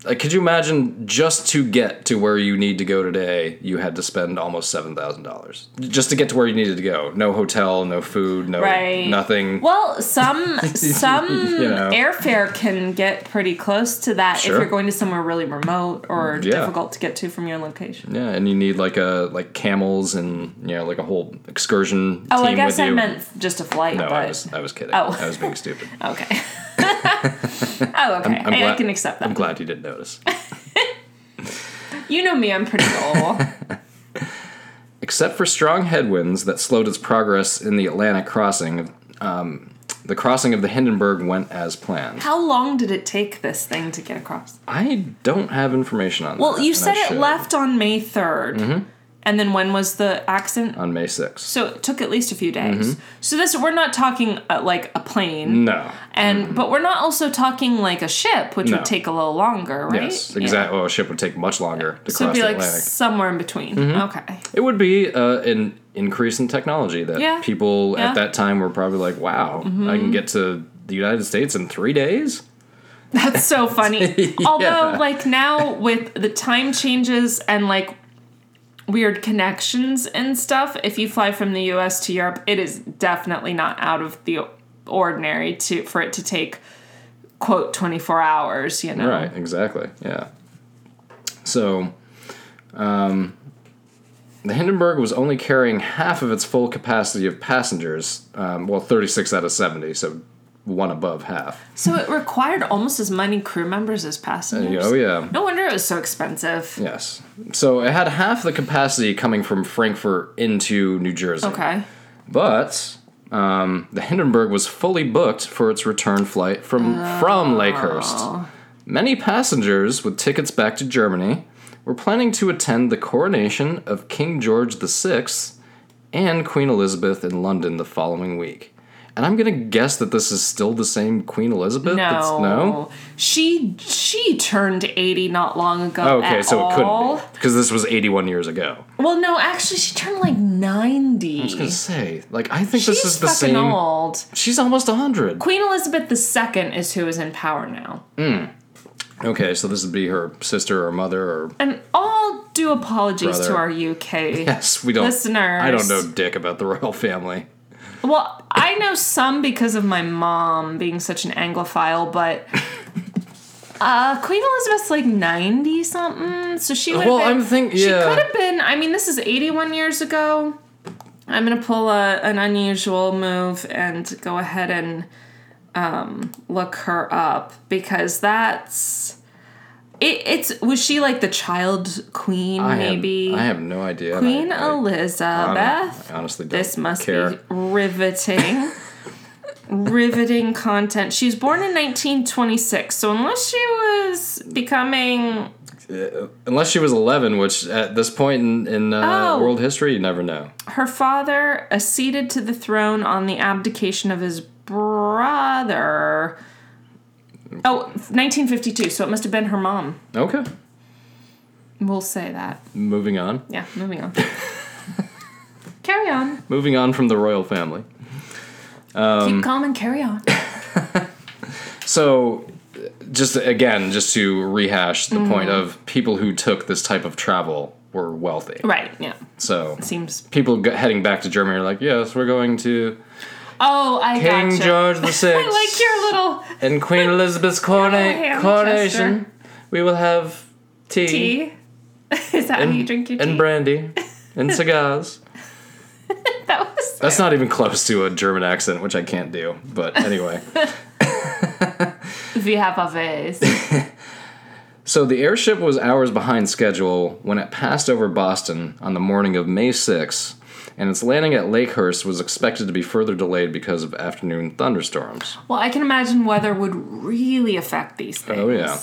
C: like, could you imagine just to get to where you need to go today, you had to spend almost seven thousand dollars just to get to where you needed to go? No hotel, no food, no
A: Right.
C: nothing.
A: Well, some some
C: You know.
A: airfare can get pretty close to that
C: Sure.
A: if you're going to somewhere really remote or
C: Yeah.
A: difficult to get to from your location.
C: yeah, and you need like a like camels and you know like a whole excursion
A: Oh,
C: team
A: I guess
C: with
A: I
C: you.
A: meant just a flight,
C: no,
A: but
C: I was I was kidding.
A: Oh.
C: I was being stupid.
A: Okay. oh, okay. i
C: I'm
A: I
C: glad-
A: can accept that.
C: I'm glad you didn't notice.
A: You know me, I'm pretty old.
C: Except for strong headwinds that slowed its progress in the Atlantic crossing, um, the crossing of the Hindenburg went as planned.
A: How long did it take this thing to get across?
C: I don't have information on that.
A: Well, you
C: and I
A: said it
C: should.
A: left on May 3rd.
C: Mm-hmm.
A: And then when was the accident?
C: on May 6th.
A: So it took at least a few
C: mm-hmm.
A: days. So this we're not talking uh, like a plane.
C: No.
A: And but we're not also talking like a ship, which
C: Mm-hmm. No.
A: would take a little longer, right?
C: Yes,
A: Yeah.
C: exactly. Well, a ship would take much longer to
A: So it'd
C: cross
A: be
C: the
A: like
C: Atlantic. Mm-hmm.
A: somewhere in between. Okay.
C: It would be uh, an increase in technology that
A: Yeah.
C: people
A: Yeah. Mm-hmm.
C: at that time were probably like, "Wow, I can get to the United States in three days."
A: That's so funny. Although, like now with the time changes and like weird connections and stuff, if you fly from the U.S. to Europe, it is definitely not out of the ordinary to for it to take quote 24 hours you know
C: Right, exactly. Yeah. So, um, the Hindenburg was only carrying half of its full capacity of passengers. Um, well, thirty-six out of seventy, so one above half.
A: so it required almost as many crew members as passengers
C: Oh yeah.
A: no wonder it was so expensive
C: Yes. So it had half the capacity coming from Frankfurt into New Jersey.
A: okay
C: But um, the Hindenburg was fully booked for its return flight from from
A: Oh.
C: Lakehurst. Many passengers with tickets back to Germany were planning to attend the coronation of King George VI and Queen Elizabeth in London the following week. And I'm gonna guess that this is still the same Queen Elizabeth. that's-
A: no
C: no.
A: she she turned 80 not long ago
C: Oh, Okay,
A: at
C: so it couldn't
A: all.
C: be because this was 81 years ago.
A: Well, no, actually, she turned like 90.
C: I was gonna say, like, I think
A: She's
C: this is the
A: fucking
C: same.
A: old.
C: She's almost 100.
A: Queen Elizabeth II is who is in power now.
C: Okay, so this would be her sister or mother or
A: And all due apologies to
C: Brother.
A: our UK.
C: Yes, we don't.
A: Listeners.
C: I don't know dick about the royal family.
A: Well, I know some because of my mom being such an Anglophile, but. Uh, Queen Elizabeth's like 90 something, so she would
C: Well,
A: been,
C: I'm think-
A: she
C: yeah.
A: could have been, I mean, this is 81 years ago. I'm gonna pull a, an unusual move and go ahead and um, look her up because that's it, it's was she like the child queen
C: I have-
A: maybe
C: I have no idea. and I-
A: Queen
C: I hon-
A: Elizabeth
C: I honestly, don't
A: this must
C: care.
A: be riveting. riveting content. She was born in 1926, so unless she was becoming
C: Unless she was 11, which at this point in, in uh,
A: Oh.
C: world history, you never know.
A: her father acceded to the throne on the abdication of his brother. Oh, 1952, so it must have been her mom.
C: Okay,
A: We'll say that.
C: moving on.
A: Yeah, moving on. carry on.
C: Moving on from the royal family. Mm.
A: Keep calm and carry on.
C: So, just again, just to rehash the
A: Mm-hmm.
C: point of people who took this type of travel were wealthy.
A: right, yeah.
C: So,
A: Seems.
C: people go- heading back to Germany are like, yes, we're going to
A: Oh, I
C: King
A: gotcha.
C: George VI.
A: I like your little
C: In Queen Elizabeth's corona-
A: Ham
C: coronation, we will have tea,
A: tea. Is that how you drink your tea?
C: and brandy and cigars.
A: that was
C: That's not even close to a German accent, which I can't do. But anyway,
A: we have a
C: so the airship was hours behind schedule when it passed over Boston on the morning of May 6, and its landing at Lakehurst was expected to be further delayed because of afternoon thunderstorms.
A: Well, I can imagine weather would really affect these things.
C: Oh yeah.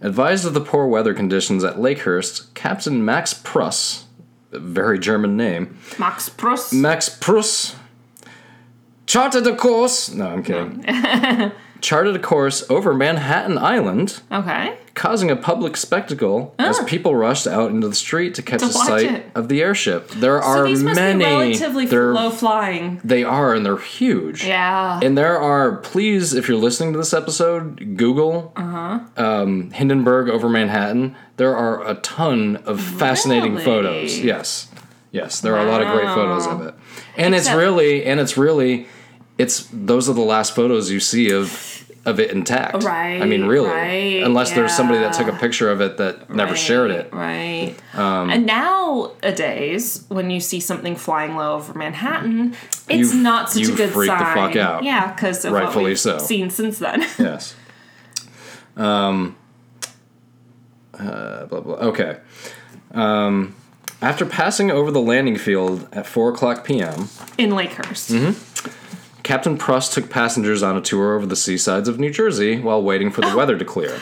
C: Advised of the poor weather conditions at Lakehurst, Captain Max Pruss, a very German name,
A: Max Prus.
C: Max Pruss charted a course. No, I'm kidding. charted a course over Manhattan Island,
A: okay.
C: causing a public spectacle as people rushed out into the street to catch
A: Ah. To
C: a
A: watch
C: sight
A: it.
C: of the airship. There
A: So
C: are
A: these must
C: many.
A: be relatively
C: they're-
A: low flying.
C: they are, and they're huge.
A: Yeah.
C: And there are, please, if you're listening to this episode, Google
A: Uh-huh.
C: um, Hindenburg over Manhattan. There are a ton of fascinating
A: Really?
C: photos. Yes, yes, there are a lot of great photos of it. And it's
A: Except-
C: really, and it's really, it's those are the last photos you see of of it intact. I mean,
A: Right,
C: really,
A: right,
C: unless there's somebody that
A: yeah.
C: took a picture of it that never shared it.
A: Right.
C: Um,
A: and nowadays, when you see something flying low over Manhattan, it's
C: You-
A: not such
C: you
A: a good
C: freak the
A: sign.
C: fuck out.
A: Yeah, because of what
C: Rightfully
A: we've
C: so.
A: seen since then.
C: Yes. Um, uh, blah, blah. Okay. Um, After passing over the landing field at 4 o'clock p.m.,
A: in Lakehurst.
C: Mm-hmm. Captain Pruss took passengers on a tour over the seasides of New Jersey while waiting for the weather to clear.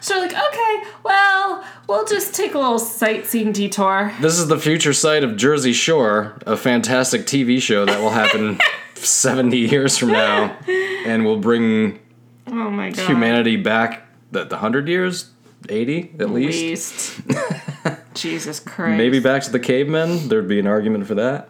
A: So we're like, okay, well, we'll just take a little sightseeing detour.
C: This is the future site of Jersey Shore, a fantastic TV show that will happen 70 years from now and will bring
A: Oh my god.
C: humanity back the, the 100 years, 80 at least.
A: Beast. Jesus Christ.
C: Maybe back to the cavemen. There'd be an argument for that.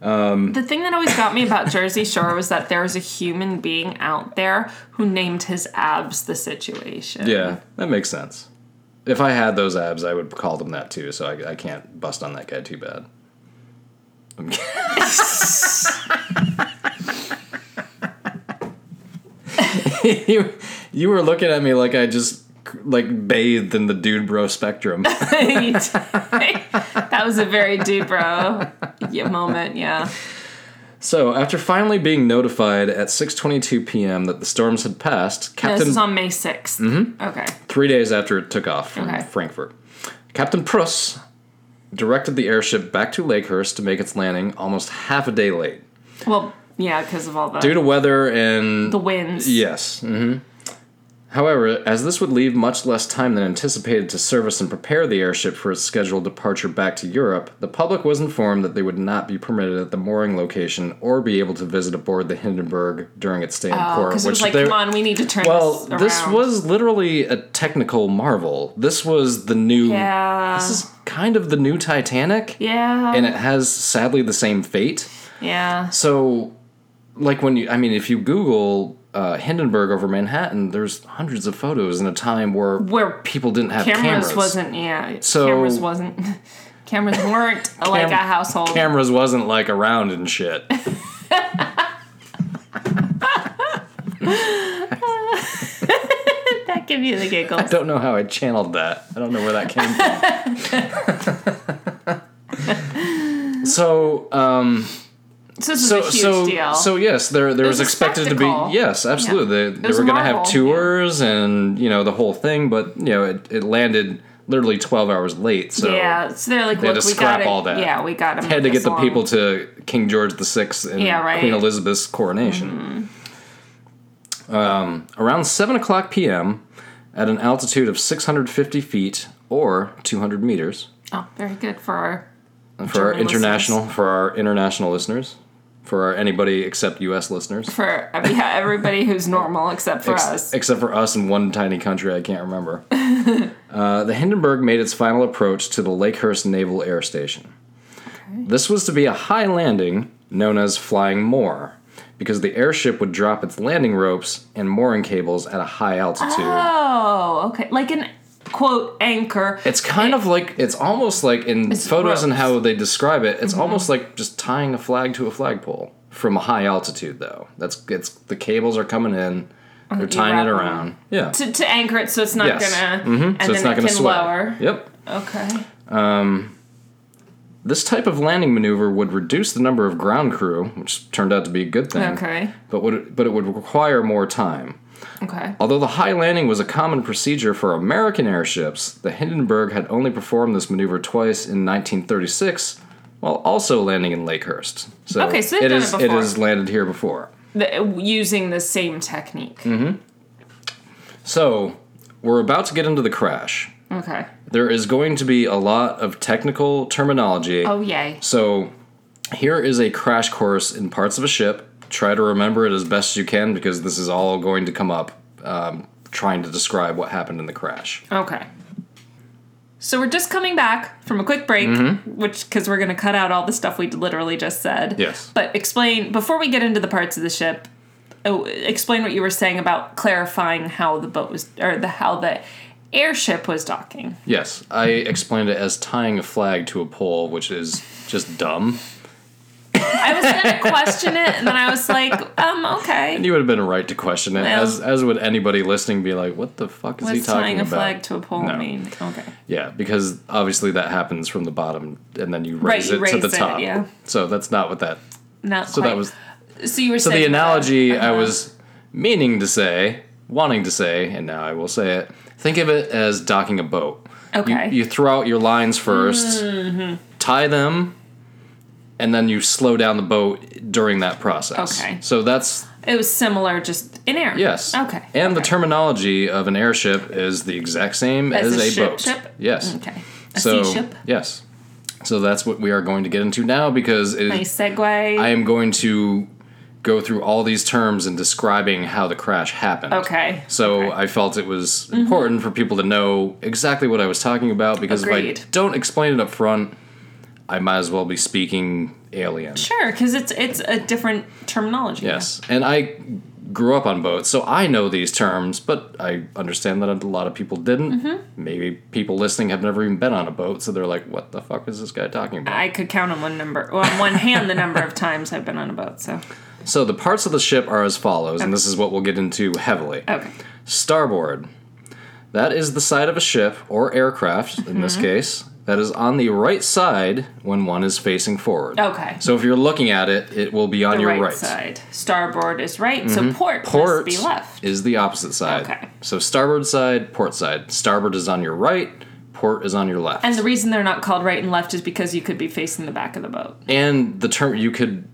A: The thing that always got me about Jersey Shore was that there was a human being out there who named his abs the situation.
C: Yeah, that makes sense. If I had those abs, I would call them that too, so I, I can't bust on that guy too bad. I'm kid- you, you were looking at me like I just like bathed in the dude bro spectrum.
A: that was a very dude bro yeah, moment, yeah.
C: so after finally being notified at 6:22 p.m. that the storms had passed,
A: No, this
C: Captain
A: is on May 6th. Mm-hmm. Okay.
C: three days after it took off from
A: Okay.
C: Frankfurt. Captain Pruss directed the airship back to Lakehurst to make its landing almost half a day late.
A: Well, yeah, because of all the,
C: Due to weather and.
A: the winds.
C: yes. hmm However, as this would leave much less time than anticipated to service and prepare the airship for its scheduled departure back to Europe, the public was informed that they would not be permitted at the mooring location or be able to visit aboard the Hindenburg during its stay in port.
A: Because Oh, it was like,
C: they-
A: come on, we need to turn
C: well,
A: this
C: this
A: around."
C: was literally a technical marvel. This was the new.
A: Yeah.
C: This is kind of the new Titanic,
A: yeah.
C: and it has sadly the same fate.
A: yeah.
C: So, like when you, I mean, if you Google uh, Hindenburg over Manhattan, there's hundreds of photos in a time where
A: Where
C: people didn't have
A: cameras,
C: cameras.
A: wasn't, yeah.
C: So-
A: cameras wasn't, cameras weren't like a
C: Cam-
A: household.
C: Cameras wasn't like around and shit.
A: that give you the giggles.
C: don't know how I channeled that. I don't know where that came from. so, um,
A: So this is
C: so
A: a huge
C: so
A: deal.
C: so yes there there was,
A: was a
C: expected to be
A: spectacle.
C: yes absolutely
A: Yeah.
C: they,
A: It
C: they
A: was
C: were
A: a
C: going to have
A: marvel,
C: tours and you know the whole thing but you know it, it landed literally 12 hours late so
A: yeah, so they're like,
C: had
A: look,
C: to
A: we
C: scrap
A: got
C: all that.
A: Yeah, we got to
C: had to get the people to king george vi and
A: Yeah, right.
C: queen elizabeth's coronation
A: Mm-hmm.
C: um, around 7 o'clock pm at an altitude of 650 feet or 200 meters
A: Oh, very good for our.
C: for our
A: German listeners.
C: international for our international listeners for our anybody except us listeners
A: For yeah, everybody who's normal except for
C: Ex-
A: us.
C: Except for us in one tiny country I can't remember. uh, the Hindenburg made its final approach to the Lakehurst Naval Air Station. This was to be a high landing known as Flying Moor, because the airship would drop its landing ropes and mooring cables at a high altitude.
A: Oh, okay. Like an quote anchor.
C: it's kind of like, it's almost like in photos and
A: ropes.
C: how they describe it,
A: Mm-hmm.
C: it's almost like just tying a flag to a flagpole from a high altitude, though. That's it's The cables are coming in, they're tying
A: wrap
C: it
A: 'em.
C: around. Yeah.
A: To, to anchor it so it's not
C: Yes. Mm-hmm.
A: gonna and
C: so
A: then
C: it's not
A: it
C: going to
A: can
C: sway.
A: lower.
C: Yep.
A: Okay.
C: This type of landing maneuver would reduce the number of ground crew, which turned out to be a good thing.
A: Okay.
C: But would but it would require more time.
A: Okay.
C: Although the high landing was a common procedure for American airships, the Hindenburg had only performed this maneuver twice in 1936, while also landing in Lakehurst. So,
A: Okay, so they've done it
C: is-
A: before.
C: is landed here before.
A: The, using the same technique.
C: Mm-hmm. So we're about to get into the crash.
A: Okay.
C: There is going to be a lot of technical terminology.
A: Oh yay.
C: So, here is a crash course in parts of a ship. Try to remember it as best you can because this is all going to come up um, trying to describe what happened in the crash.
A: Okay. So we're just coming back from a quick break,
C: Mm-hmm.
A: which because we're going to cut out all the stuff we literally just said.
C: Yes.
A: But explain before we get into the parts of the ship. Oh, explain what you were saying about clarifying how the boat was, or the how the airship was docking.
C: Yes, I explained it as tying a flag to a pole, which is just dumb.
A: I was going to question it, and then I was like, um, okay.
C: You would have been right to question it,
A: Well-
C: as as would anybody listening be like, "What the fuck is he
A: What's
C: talking
A: tying a
C: about?"
A: flag to a pole
C: No.
A: mean? Okay.
C: Yeah, because obviously that happens from the bottom, and then you
A: Right,
C: raise
A: you
C: it
A: raise
C: to the
A: it,
C: top.
A: yeah.
C: So that's not what that.
A: Not
C: So
A: quite.
C: that was
A: So you were
C: So
A: saying
C: the analogy
A: that-
C: I
A: uh-huh.
C: was meaning to say, wanting to say, and now I will say it. Think of it as docking a boat.
A: Okay. Mm-hmm.
C: You, you throw out your lines 1st tie them, and then you slow down the boat during that process.
A: Okay.
C: So that's
A: It was similar, just in air.
C: yes.
A: Okay.
C: And the
A: okay.
C: terminology of an airship is the exact same
A: As
C: as,
A: a
C: a,
A: ship-
C: boat.
A: ship?
C: Yes.
A: Okay. A
C: so
A: sea ship.
C: yes. So that's what we are going to get into now because it is
A: Nice segue.
C: I am going to go through all these terms and describing how the crash happened.
A: Okay. Mm-hmm.
C: So I felt it was important for people to know exactly what I was talking about because
A: Agreed.
C: if I don't explain it up front, I might as well be speaking alien.
A: Sure, because it's it's a different terminology.
C: Yes. And I grew up on boats, so I know these terms, but I understand that a lot of people didn't.
A: Mm-hmm.
C: Maybe people listening have never even been on a boat, so they're like, what the fuck is this guy talking about?
A: I could count on one number, well, on one hand, the number of times I've been on a boat. So
C: So the parts of the ship are as follows, and this is what we'll get into heavily.
A: okay,
C: Starboard. That is the side of a ship or aircraft, in
A: Mm-hmm.
C: this case, that is on the right side when one is facing forward.
A: okay.
C: So if you're looking at it, it will be on
A: Oh. the
C: your
A: right,
C: right. Mm-hmm.
A: side, starboard is right. So port,
C: Port
A: must be left.
C: is the opposite side.
A: Okay.
C: So starboard side, port side. Starboard is on your right, port is on your left.
A: And the reason they're not called right and left is because you could be facing the back of the boat.
C: and the term you could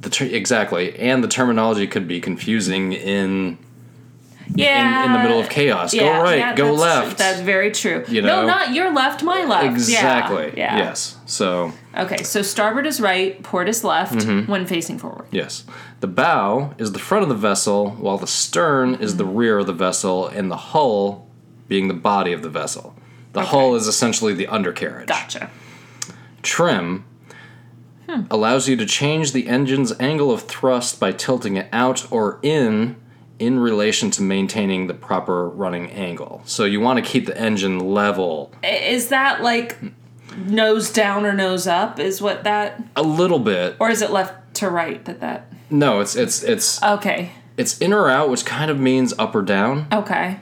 C: the ter- exactly, and the terminology could be confusing in
A: Yeah.
C: in the middle of chaos. Go
A: Uh, Yeah,
C: right,
A: yeah,
C: go
A: that's-
C: left.
A: That's very true.
C: You
A: no,
C: know?
A: not your left, my left. Yeah,
C: Exactly.
A: Yeah.
C: Yes. So,
A: Okay, so starboard is right, port is left
C: Mm-hmm.
A: when facing forward.
C: yes. The bow is the front of the vessel, while the stern is the rear of the vessel, and the hull being the body of the vessel. The hull is essentially the undercarriage.
A: Gotcha.
C: Trim allows you to change the engine's angle of thrust by tilting it out or in in relation to maintaining the proper running angle. So you want to keep the engine level
A: I- Is that like nose down or nose up? Is what that,
C: a little bit.
A: or is it left to right? That that.
C: No, it's it's it's
A: Okay.
C: it's in or out, which kind of means up or down.
A: Okay.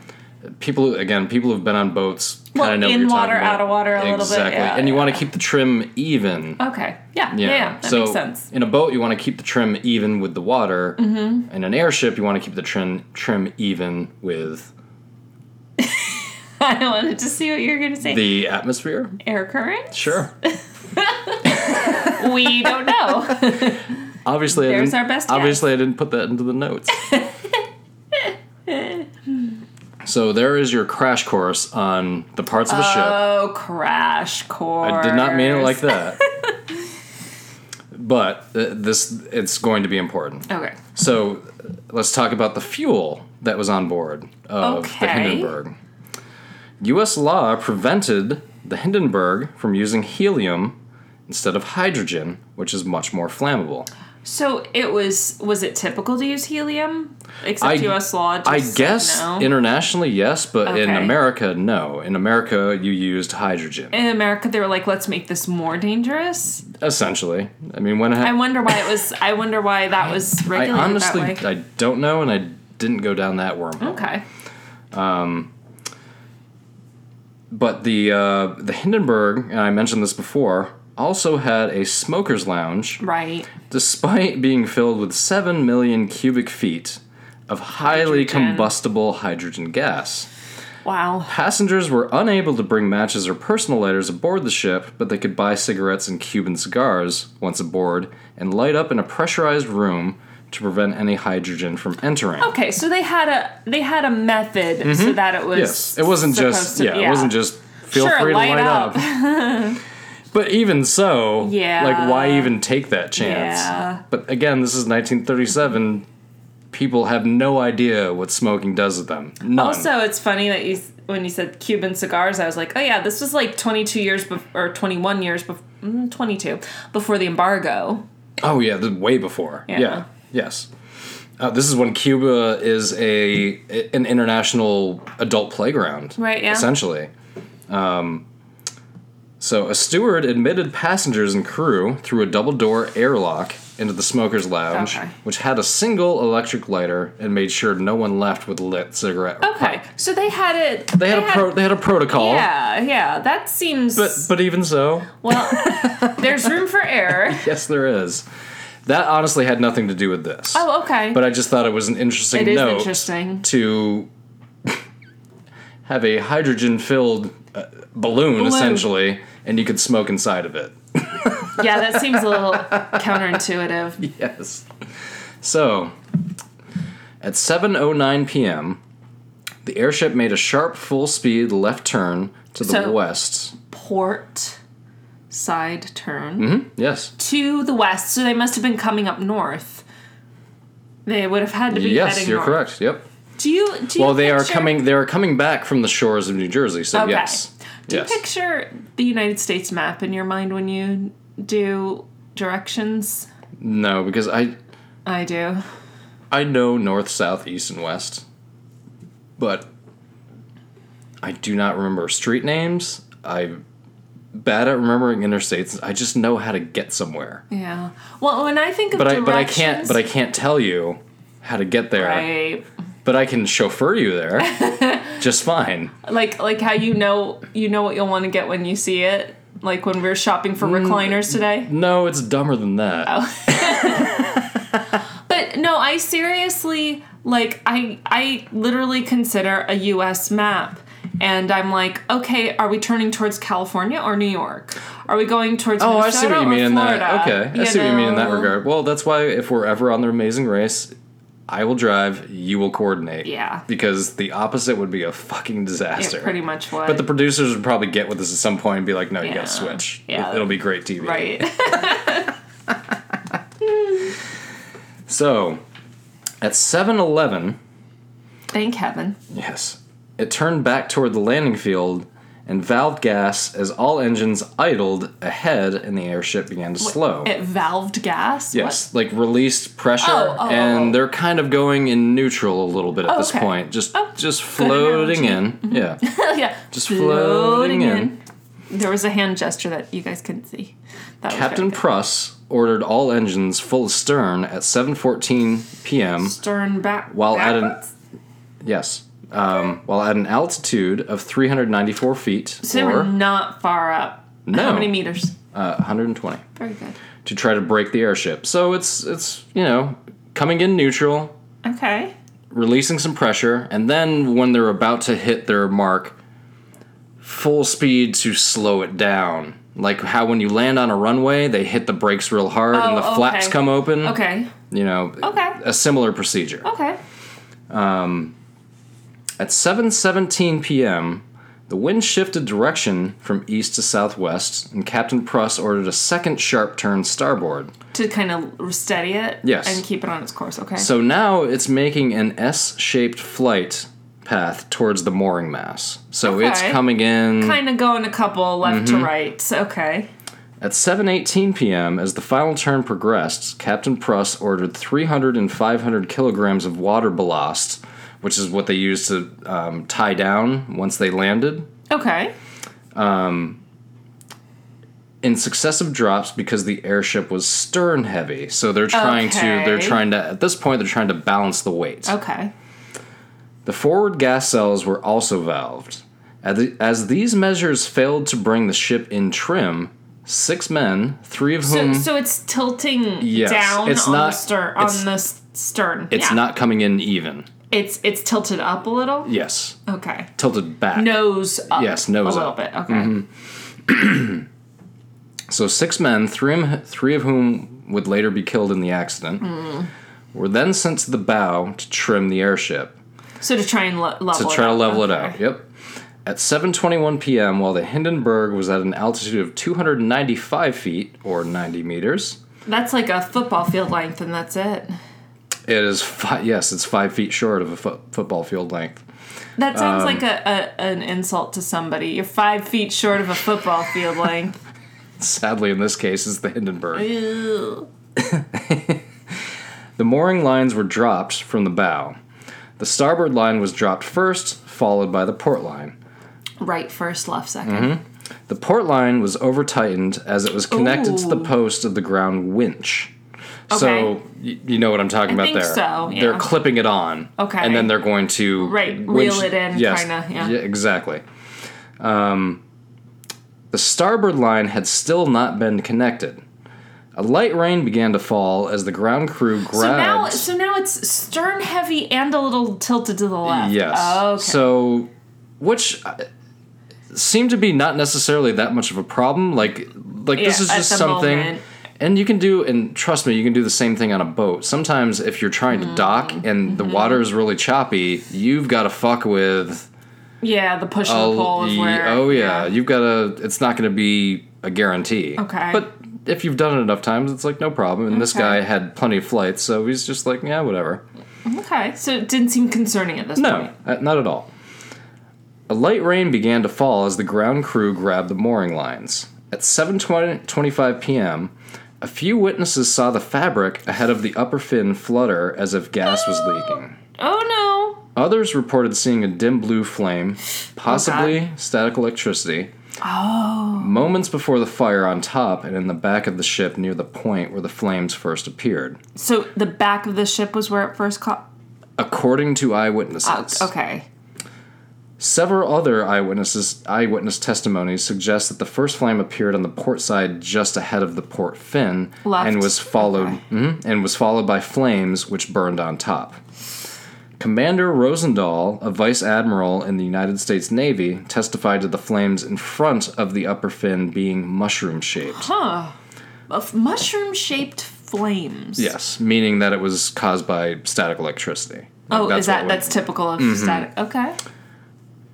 C: people who- again people who've been on boats kind of
A: Well,
C: know what
A: in
C: you're
A: water,
C: talking about.
A: out of water a little bit,
C: exactly
A: yeah,
C: and you want to keep the trim even
A: Okay. Yeah. Yeah.
C: yeah,
A: yeah, That
C: so
A: makes sense.
C: in a boat you want to keep the trim even with the water mm-hmm. in an airship you want to keep the trim trim even with
A: I wanted to see what you were going to say.
C: the atmosphere
A: Air current?
C: sure
A: We don't know.
C: obviously I
A: There's
C: didn't,
A: our best guess.
C: obviously i didn't put that into the notes so there is your crash course on the parts of a ship
A: oh, crash course.
C: I did not mean it like that. but uh, this it's going to be important.
A: Okay.
C: So uh, let's talk about the fuel that was on board of the
A: Okay.
C: Hindenburg. US law prevented the Hindenburg from using helium instead of hydrogen, which is much more flammable.
A: So it was was it typical to use helium? Except
C: I-
A: U.S. law. Just
C: I
A: said
C: guess
A: no.
C: internationally, yes, but in
A: Okay.
C: America, no. In America, you used hydrogen,
A: in America they were like, let's make this more dangerous.
C: essentially. I mean, when
A: I wonder why it was. I wonder why that was
C: I
A: regulated
C: honestly
A: that way.
C: I don't know, and I didn't go down that wormhole.
A: okay.
C: But the uh, the Hindenburg, and I mentioned this before, also had a smoker's lounge,
A: Right.
C: despite being filled with seven million cubic feet of highly
A: Hydrogen.
C: combustible hydrogen gas.
A: Wow.
C: Passengers were unable to bring matches or personal lighters aboard the ship, but they could buy cigarettes and Cuban cigars once aboard and light up in a pressurized room to prevent any hydrogen from entering.
A: Okay, so they had a they had a method so that it was.
C: Mm-hmm. Yes, it wasn't just
A: supposed to-
C: yeah, it wasn't just feel
A: Sure,
C: free to
A: light
C: light, up. but even so,
A: Yeah.
C: like why even take that chance?
A: Yeah.
C: But again, this is 1937. People have no idea what smoking does with them. None.
A: Also, it's funny that you s- when you said Cuban cigars, I was like, oh yeah, this was like 22 years bef- or 21 years before, mm, 22 before the embargo.
C: oh yeah, the, way before.
A: Yeah.
C: Yeah. Yes. Uh, this is when Cuba is a an international adult playground,
A: Right, yeah.
C: Essentially. Um, so a steward admitted passengers and crew through a double door airlock into the smoker's lounge,
A: Okay.
C: which had a single electric lighter and made sure no one left with a lit cigarette. or
A: Okay,
C: pipe.
A: so they had it.
C: They had a pro- they had a protocol.
A: Yeah, yeah, that seems.
C: But but even so,
A: well, there's room for error.
C: yes, there is. That honestly had nothing to do with this.
A: Oh, okay.
C: but I just thought it was an interesting
A: It is
C: note
A: interesting.
C: to have a hydrogen filled uh, balloon,
A: Balloon.
C: essentially, and you could smoke inside of it.
A: Yeah, that seems a little counterintuitive.
C: Yes. So, at 7:09 p.m., the airship made a sharp full-speed left turn to the
A: So-
C: west.
A: Port side turn
C: Yes.
A: to the west, so they must have been coming up north. They would have had to be
C: Yes,
A: heading
C: you're
A: north.
C: correct. Yep.
A: Do you? Do you
C: Well, they are
A: picture-
C: coming. They are coming back from the shores of New Jersey. So
A: Okay.
C: yes,
A: Do you
C: yes.
A: picture the United States map in your mind when you do directions?
C: no, because I
A: I do.
C: I know north, south, east, and west, but I do not remember street names. I'm bad at remembering interstates. I just know how to get somewhere.
A: Yeah. Well, when I think of
C: But I
A: directions,
C: but I can't but I can't tell you how to get there.
A: Right.
C: But I can chauffeur you there just fine.
A: Like like how you know you know what you'll want to get when you see it. Like when we were shopping for
C: Mm.
A: recliners today.
C: No, it's dumber than that.
A: But no, I seriously like I I literally consider a US map and I'm like, okay, are we turning towards California or New York? Are we going towards
C: Oh, I
A: Minnesota
C: see what you
A: or
C: mean in that.
A: Florida?
C: Okay, I see what you mean in that
A: know?
C: regard. Well, that's why if we're ever on the Amazing Race, I will drive, you will coordinate.
A: Yeah.
C: Because the opposite would be a fucking
A: It
C: disaster.
A: pretty much was.
C: But the producers would probably get with us at some point and be like, "No, you
A: Yeah.
C: gotta switch.
A: Yeah.
C: It, will be great TV."
A: right.
C: So, at 7-Eleven,
A: Thank heaven.
C: yes, it turned back toward the landing field and valved gas as all engines idled ahead and the airship began to slow.
A: It valved gas.
C: Yes, like released pressure,
A: Oh, oh,
C: and
A: oh.
C: they're kind of going in neutral a little bit at
A: Oh,
C: this
A: okay.
C: point. Just
A: Oh, Mm-hmm.
C: just floating in, yeah,
A: What? yeah.
C: just floating in.
A: There was a hand gesture that you guys couldn't see. That was
C: Captain
A: very
C: Pruss ordered all engines full stern at 7:14 p.m.
A: good. stern back.
C: while at an
A: backwards?
C: yes, um, while at an altitude of 394 feet
A: So they were
C: or
A: not far up.
C: No.
A: How many meters?
C: uh, 120
A: Very good.
C: to try to break the airship. So it's it's you know coming in neutral,
A: Okay.
C: releasing some pressure, and then when they're about to hit their mark, full speed to slow it down. Like how when you land on a runway, they hit the brakes real hard and
A: Oh,
C: the flaps
A: okay.
C: come open.
A: Okay.
C: You know,
A: Okay. Oh.
C: a similar procedure.
A: Okay.
C: At 7:17 p.m., the wind shifted direction from east to southwest, and Captain Pruss ordered a second sharp turn starboard.
A: To kind of steady it.
C: Yes.
A: And keep it on its course. Okay.
C: So now it's making an S-shaped flight path towards the mooring mass. So it's
A: Okay.
C: coming in
A: kind of going a couple left
C: Mm-hmm.
A: to right. So, Okay.
C: At 7:18 p.m., as the final turn progressed, Captain Pruss ordered 300 and 500 kilograms of water ballast, which is what they used to um, tie down once they landed,
A: Okay.
C: in successive drops because the airship was stern heavy. So they're trying to they're
A: Okay.
C: trying to at this point they're trying to balance the weight.
A: Okay.
C: The forward gas cells were also valved. As the- As these measures failed to bring the ship in trim, six men, three of
A: So,
C: whom
A: so it's tilting
C: Hmm. Yes,
A: down
C: it's
A: on the
C: not-
A: stern.
C: it's-
A: On the s- stern.
C: it's
A: Yeah.
C: not coming in even.
A: It's it's tilted up a little.
C: Yes.
A: Okay.
C: tilted back.
A: Nose up.
C: Yes, nose
A: a little
C: up. Mm-hmm.
A: bit. Okay.
C: So six men, three of, three of whom would later be killed in the accident, were then sent to the bow to trim the airship
A: So to try and le- level.
C: to
A: it
C: try to
A: out.
C: level it
A: Okay.
C: out. Yep. At 7:21 p.m., while the Hindenburg was at an altitude of 295 feet or 90 meters,
A: That's like a football field length, and that's it.
C: it is fi- yes, it's five feet short of a fo- football field length.
A: That sounds
C: Um,
A: like a, a an insult to somebody. You're five feet short of a football field length.
C: Sadly, in this case, is the Hindenburg.
A: Ew.
C: The mooring lines were dropped from the bow. The starboard line was dropped first, followed by the port line.
A: Right first, left 2nd
C: The port line was over tightened as it was connected to the
A: Ooh.
C: post of the ground winch. So
A: Okay.
C: y- you know what I'm talking about
A: think
C: there.
A: so,
C: They're
A: yeah.
C: clipping it on.
A: Okay.
C: And then they're going to
A: Right, reel it in, kinda, yeah.
C: exactly. Um, the starboard line had still not been connected. A light rain began to fall as the ground crew grabbed.
A: So now, so now it's stern heavy and a little tilted to the left.
C: Yes.
A: Okay.
C: So, which uh, seem to be not necessarily that much of a problem. Like like this
A: Yeah,
C: is
A: at
C: just
A: the
C: something
A: moment.
C: and you can do and trust me, you can do the same thing on a boat. Sometimes if you're trying
A: Mm-hmm.
C: to dock and the water is really choppy, you've got to fuck with
A: Yeah, the push and
C: a-
A: pull of
C: ye-
A: where.
C: oh yeah, you've got to it's not going to be a guarantee.
A: Okay.
C: But if you've done it enough times, it's like no problem. And this
A: Okay.
C: guy had plenty of flights, so he's just like, yeah, whatever.
A: Okay, so it didn't seem concerning at this
C: No, uh,
A: point.
C: not at all. A light rain began to fall as the ground crew grabbed the mooring lines. At 7:25 p.m., a few witnesses saw the fabric ahead of the upper fin flutter as if gas was leaking.
A: Oh
C: Others reported seeing a dim blue flame, possibly static electricity. Moments before the fire on top and in the back of the ship near the point where the flames first appeared,
A: no! So the back of the ship was where it first caught.
C: according to eyewitnesses.
A: Uh, okay.
C: Several other eyewitnesses eyewitness testimonies suggest that the first flame appeared on the port side just ahead of the port fin
A: Left.
C: and was followed
A: Okay.
C: Mhm, and was followed by flames which burned on top. Commander Rosendahl, a vice admiral in the United States Navy, testified to the flames in front of the upper fin being mushroom shaped.
A: Of mushroom shaped flames.
C: Yes, meaning that it was caused by static electricity. Like,
A: Oh,
C: what
A: is that
C: we- Mm-hmm.
A: that's typical of static? Okay.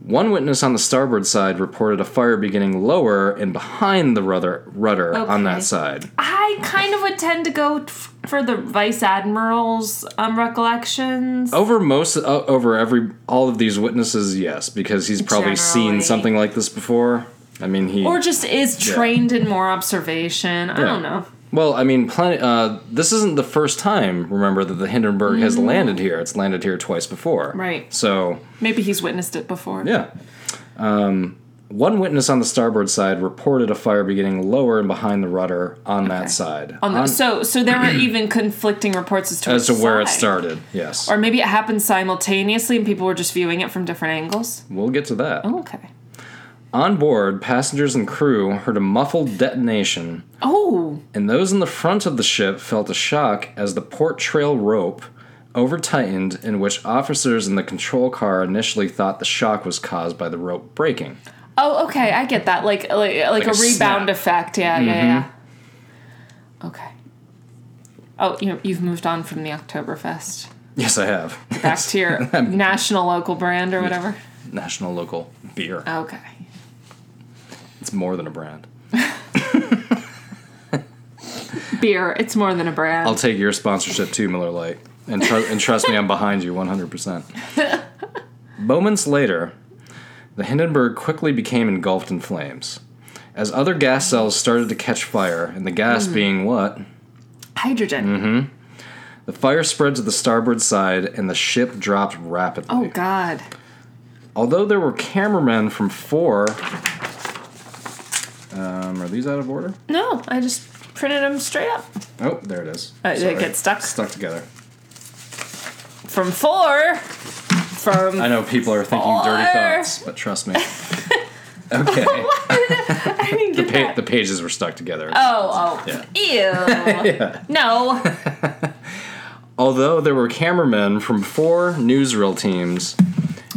C: One witness on the starboard side reported a fire beginning lower and behind the rudder, rudder on
A: Okay.
C: that side.
A: I kind of would tend to go f- for the vice admiral's um, recollections.
C: Over most, uh, over every, all of these witnesses, yes, because he's probably seen
A: Generally.
C: something like this before. I mean, he.
A: Or just is trained in more observation. I don't
C: Yeah.
A: know.
C: well, I mean, plenty, uh, this isn't the first time. Remember that the Hindenburg has landed here. It's landed here twice before.
A: Mm-hmm. Right.
C: So
A: Maybe he's witnessed it before.
C: Yeah. Um, one witness on the starboard side reported a fire beginning lower and behind the rudder on that side.
A: On the, so, so there were even conflicting reports as to
C: as to
A: which
C: where it
A: side.
C: started, yes.
A: or maybe it happened simultaneously and people were just viewing it from different angles.
C: we'll get to that.
A: Okay.
C: On board, passengers and crew heard a muffled detonation,
A: Oh,
C: and those in the front of the ship felt a shock as the port trail rope over tightened, in which officers in the control car initially thought the shock was caused by the rope breaking.
A: oh, okay. I get that. Like, like, like, a,
C: a
A: rebound
C: snap. Mm-hmm.
A: effect. Yeah, yeah, yeah. Okay. Oh, you you've moved on from the Oktoberfest
C: Yes, I have.
A: back to your national local brand or whatever.
C: National local beer.
A: Okay.
C: It's more than a brand.
A: Beer. It's more than a brand.
C: I'll take your sponsorship too, Miller Lite. And, tru- and trust me, I'm behind you 100%. Moments later, the Hindenburg quickly became engulfed in flames. As other gas cells started to catch fire, and the gas
A: Mm-hmm.
C: being what?
A: Hydrogen.
C: Mm-hmm. The fire spread to the starboard side, and the ship dropped rapidly.
A: Oh God.
C: Although there were cameramen from four. Um, are these out of order?
A: No, I just printed them straight up
C: Oh, there it is.
A: Uh, did it
C: Sorry.
A: get stuck?
C: Stuck together.
A: from four. From
C: I know people are thinking dirty
A: Four.
C: thoughts, but trust me. Okay.
A: I didn't get
C: pa-
A: that.
C: the pages were stuck together.
A: Oh, oh. Ew. No.
C: Although there were cameramen from four newsreel teams,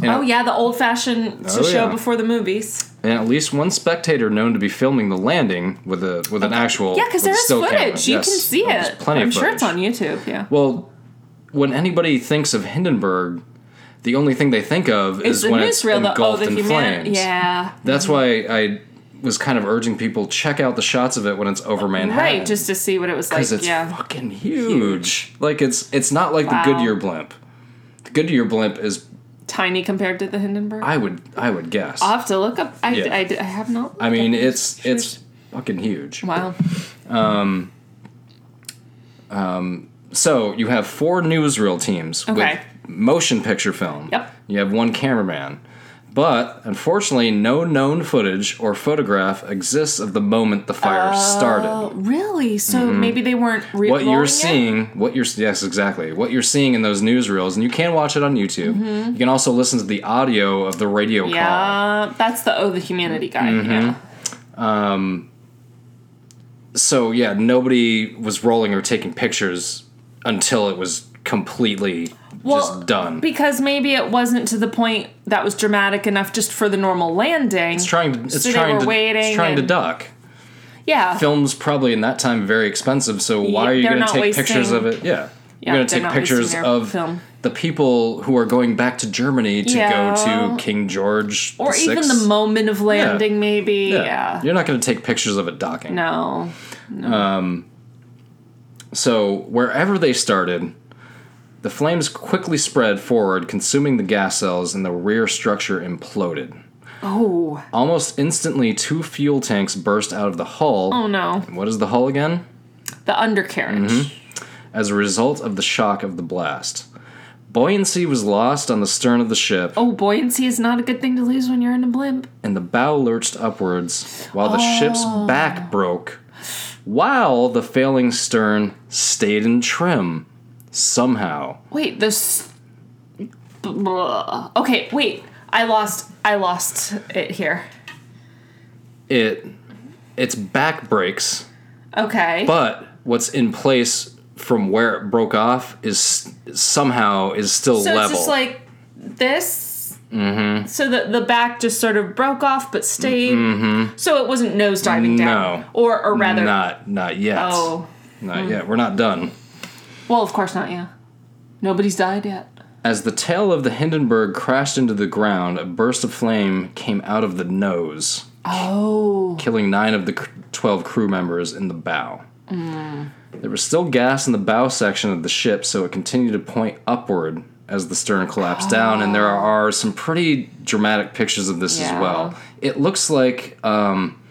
A: Oh yeah, the old fashioned
C: Oh,
A: show
C: yeah.
A: before the movies.
C: and at least one spectator known to be filming the landing with a with an actual
A: Yeah,
C: with
A: because
C: a
A: there is
C: still
A: footage.
C: camera.
A: You
C: Yes,
A: can see
C: there was
A: it.
C: Plenty
A: I'm
C: of
A: sure it's
C: footage.
A: on YouTube. Yeah.
C: Well, when anybody thinks of Hindenburg, the only thing they think of
A: it's
C: is
A: the
C: when it's
A: newsreel. The, oh,
C: engulfed
A: the
C: in
A: humanity.
C: flames.
A: Yeah. Mm-hmm.
C: That's why I was kind of urging people check out the shots of it when it's over Manhattan.
A: Uh, Right. Just to see what it was like.
C: because it's
A: yeah.
C: fucking huge. Like it's it's not like the
A: Wow.
C: Goodyear blimp. The Goodyear blimp is
A: Tiny compared to the Hindenburg. I,
C: I would I would guess.
A: will have to look up. I,
C: Yeah.
A: I, I have not.
C: I
A: looked
C: mean
A: up.
C: it's it's fucking huge.
A: wow.
C: So you have four newsreel teams
A: Okay.
C: with motion picture film.
A: Yep.
C: You have one cameraman. But unfortunately, no known footage or photograph exists of the moment the fire started.
A: Really? So maybe they weren't. Re-
C: Mm-hmm. what
A: rolling
C: you're
A: Oh. it?
C: seeing, what you're yes, exactly, what you're seeing in those newsreels, and you can watch it on YouTube. You can also listen to the audio of the radio call.
A: Mm-hmm. Yeah, that's the oh the humanity guy.
C: Mm-hmm.
A: Yeah.
C: So yeah, nobody was rolling or taking pictures until it was completely just done.
A: because maybe it wasn't to the point that was dramatic enough just for the normal landing.
C: it's trying to it's
A: so they
C: trying
A: were
C: to
A: waiting
C: it's trying to
A: and-
C: duck.
A: yeah,
C: Film's probably in that time very expensive, so why
A: Yeah,
C: are you
A: they're
C: going to
A: not
C: take pictures
A: wasting-
C: of it? Yeah. You're
A: Yeah, they're
C: going to take
A: not
C: pictures
A: wasting their
C: of
A: film.
C: the people who are going back to Germany to go
A: Yeah.
C: to King George
A: or
C: VI.
A: even the moment of landing, maybe. Yeah.
C: You're not going to take pictures of it docking.
A: No.
C: So, wherever they started, the flames quickly spread forward, consuming the gas cells, and the rear structure imploded.
A: Oh.
C: Almost instantly, two fuel tanks burst out of the hull.
A: Oh no.
C: What is the hull again?
A: The undercarriage.
C: As a result of the shock of the blast. Buoyancy was lost on the stern of the ship,
A: Oh, buoyancy is not a good thing to lose when you're in a blimp.
C: and the bow lurched upwards while the ship's
A: Oh.
C: back broke, while the failing stern stayed in trim somehow.
A: Wait, this. Blah. Okay, wait. I lost. I lost it here.
C: It its back breaks,
A: Okay.
C: but what's in place from where it broke off is somehow is still
A: so
C: level.
A: it's just like this. Mm-hmm. So the the back just sort of broke off, but stayed. Mm-hmm. So it wasn't nose diving down.
C: No.
A: Or or rather.
C: not not yet.
A: Oh.
C: Not yet. We're not done.
A: Well, of course not. Yeah. Nobody's died yet.
C: As the tail of the Hindenburg crashed into the ground, a burst of flame came out of the nose.
A: Oh.
C: killing nine of the cr- 12 crew members in the bow. There was still gas in the bow section of the ship, so it continued to point upward as the stern collapsed down, and
A: Oh.
C: there are some pretty dramatic pictures of this
A: Yeah.
C: as well. It looks like um,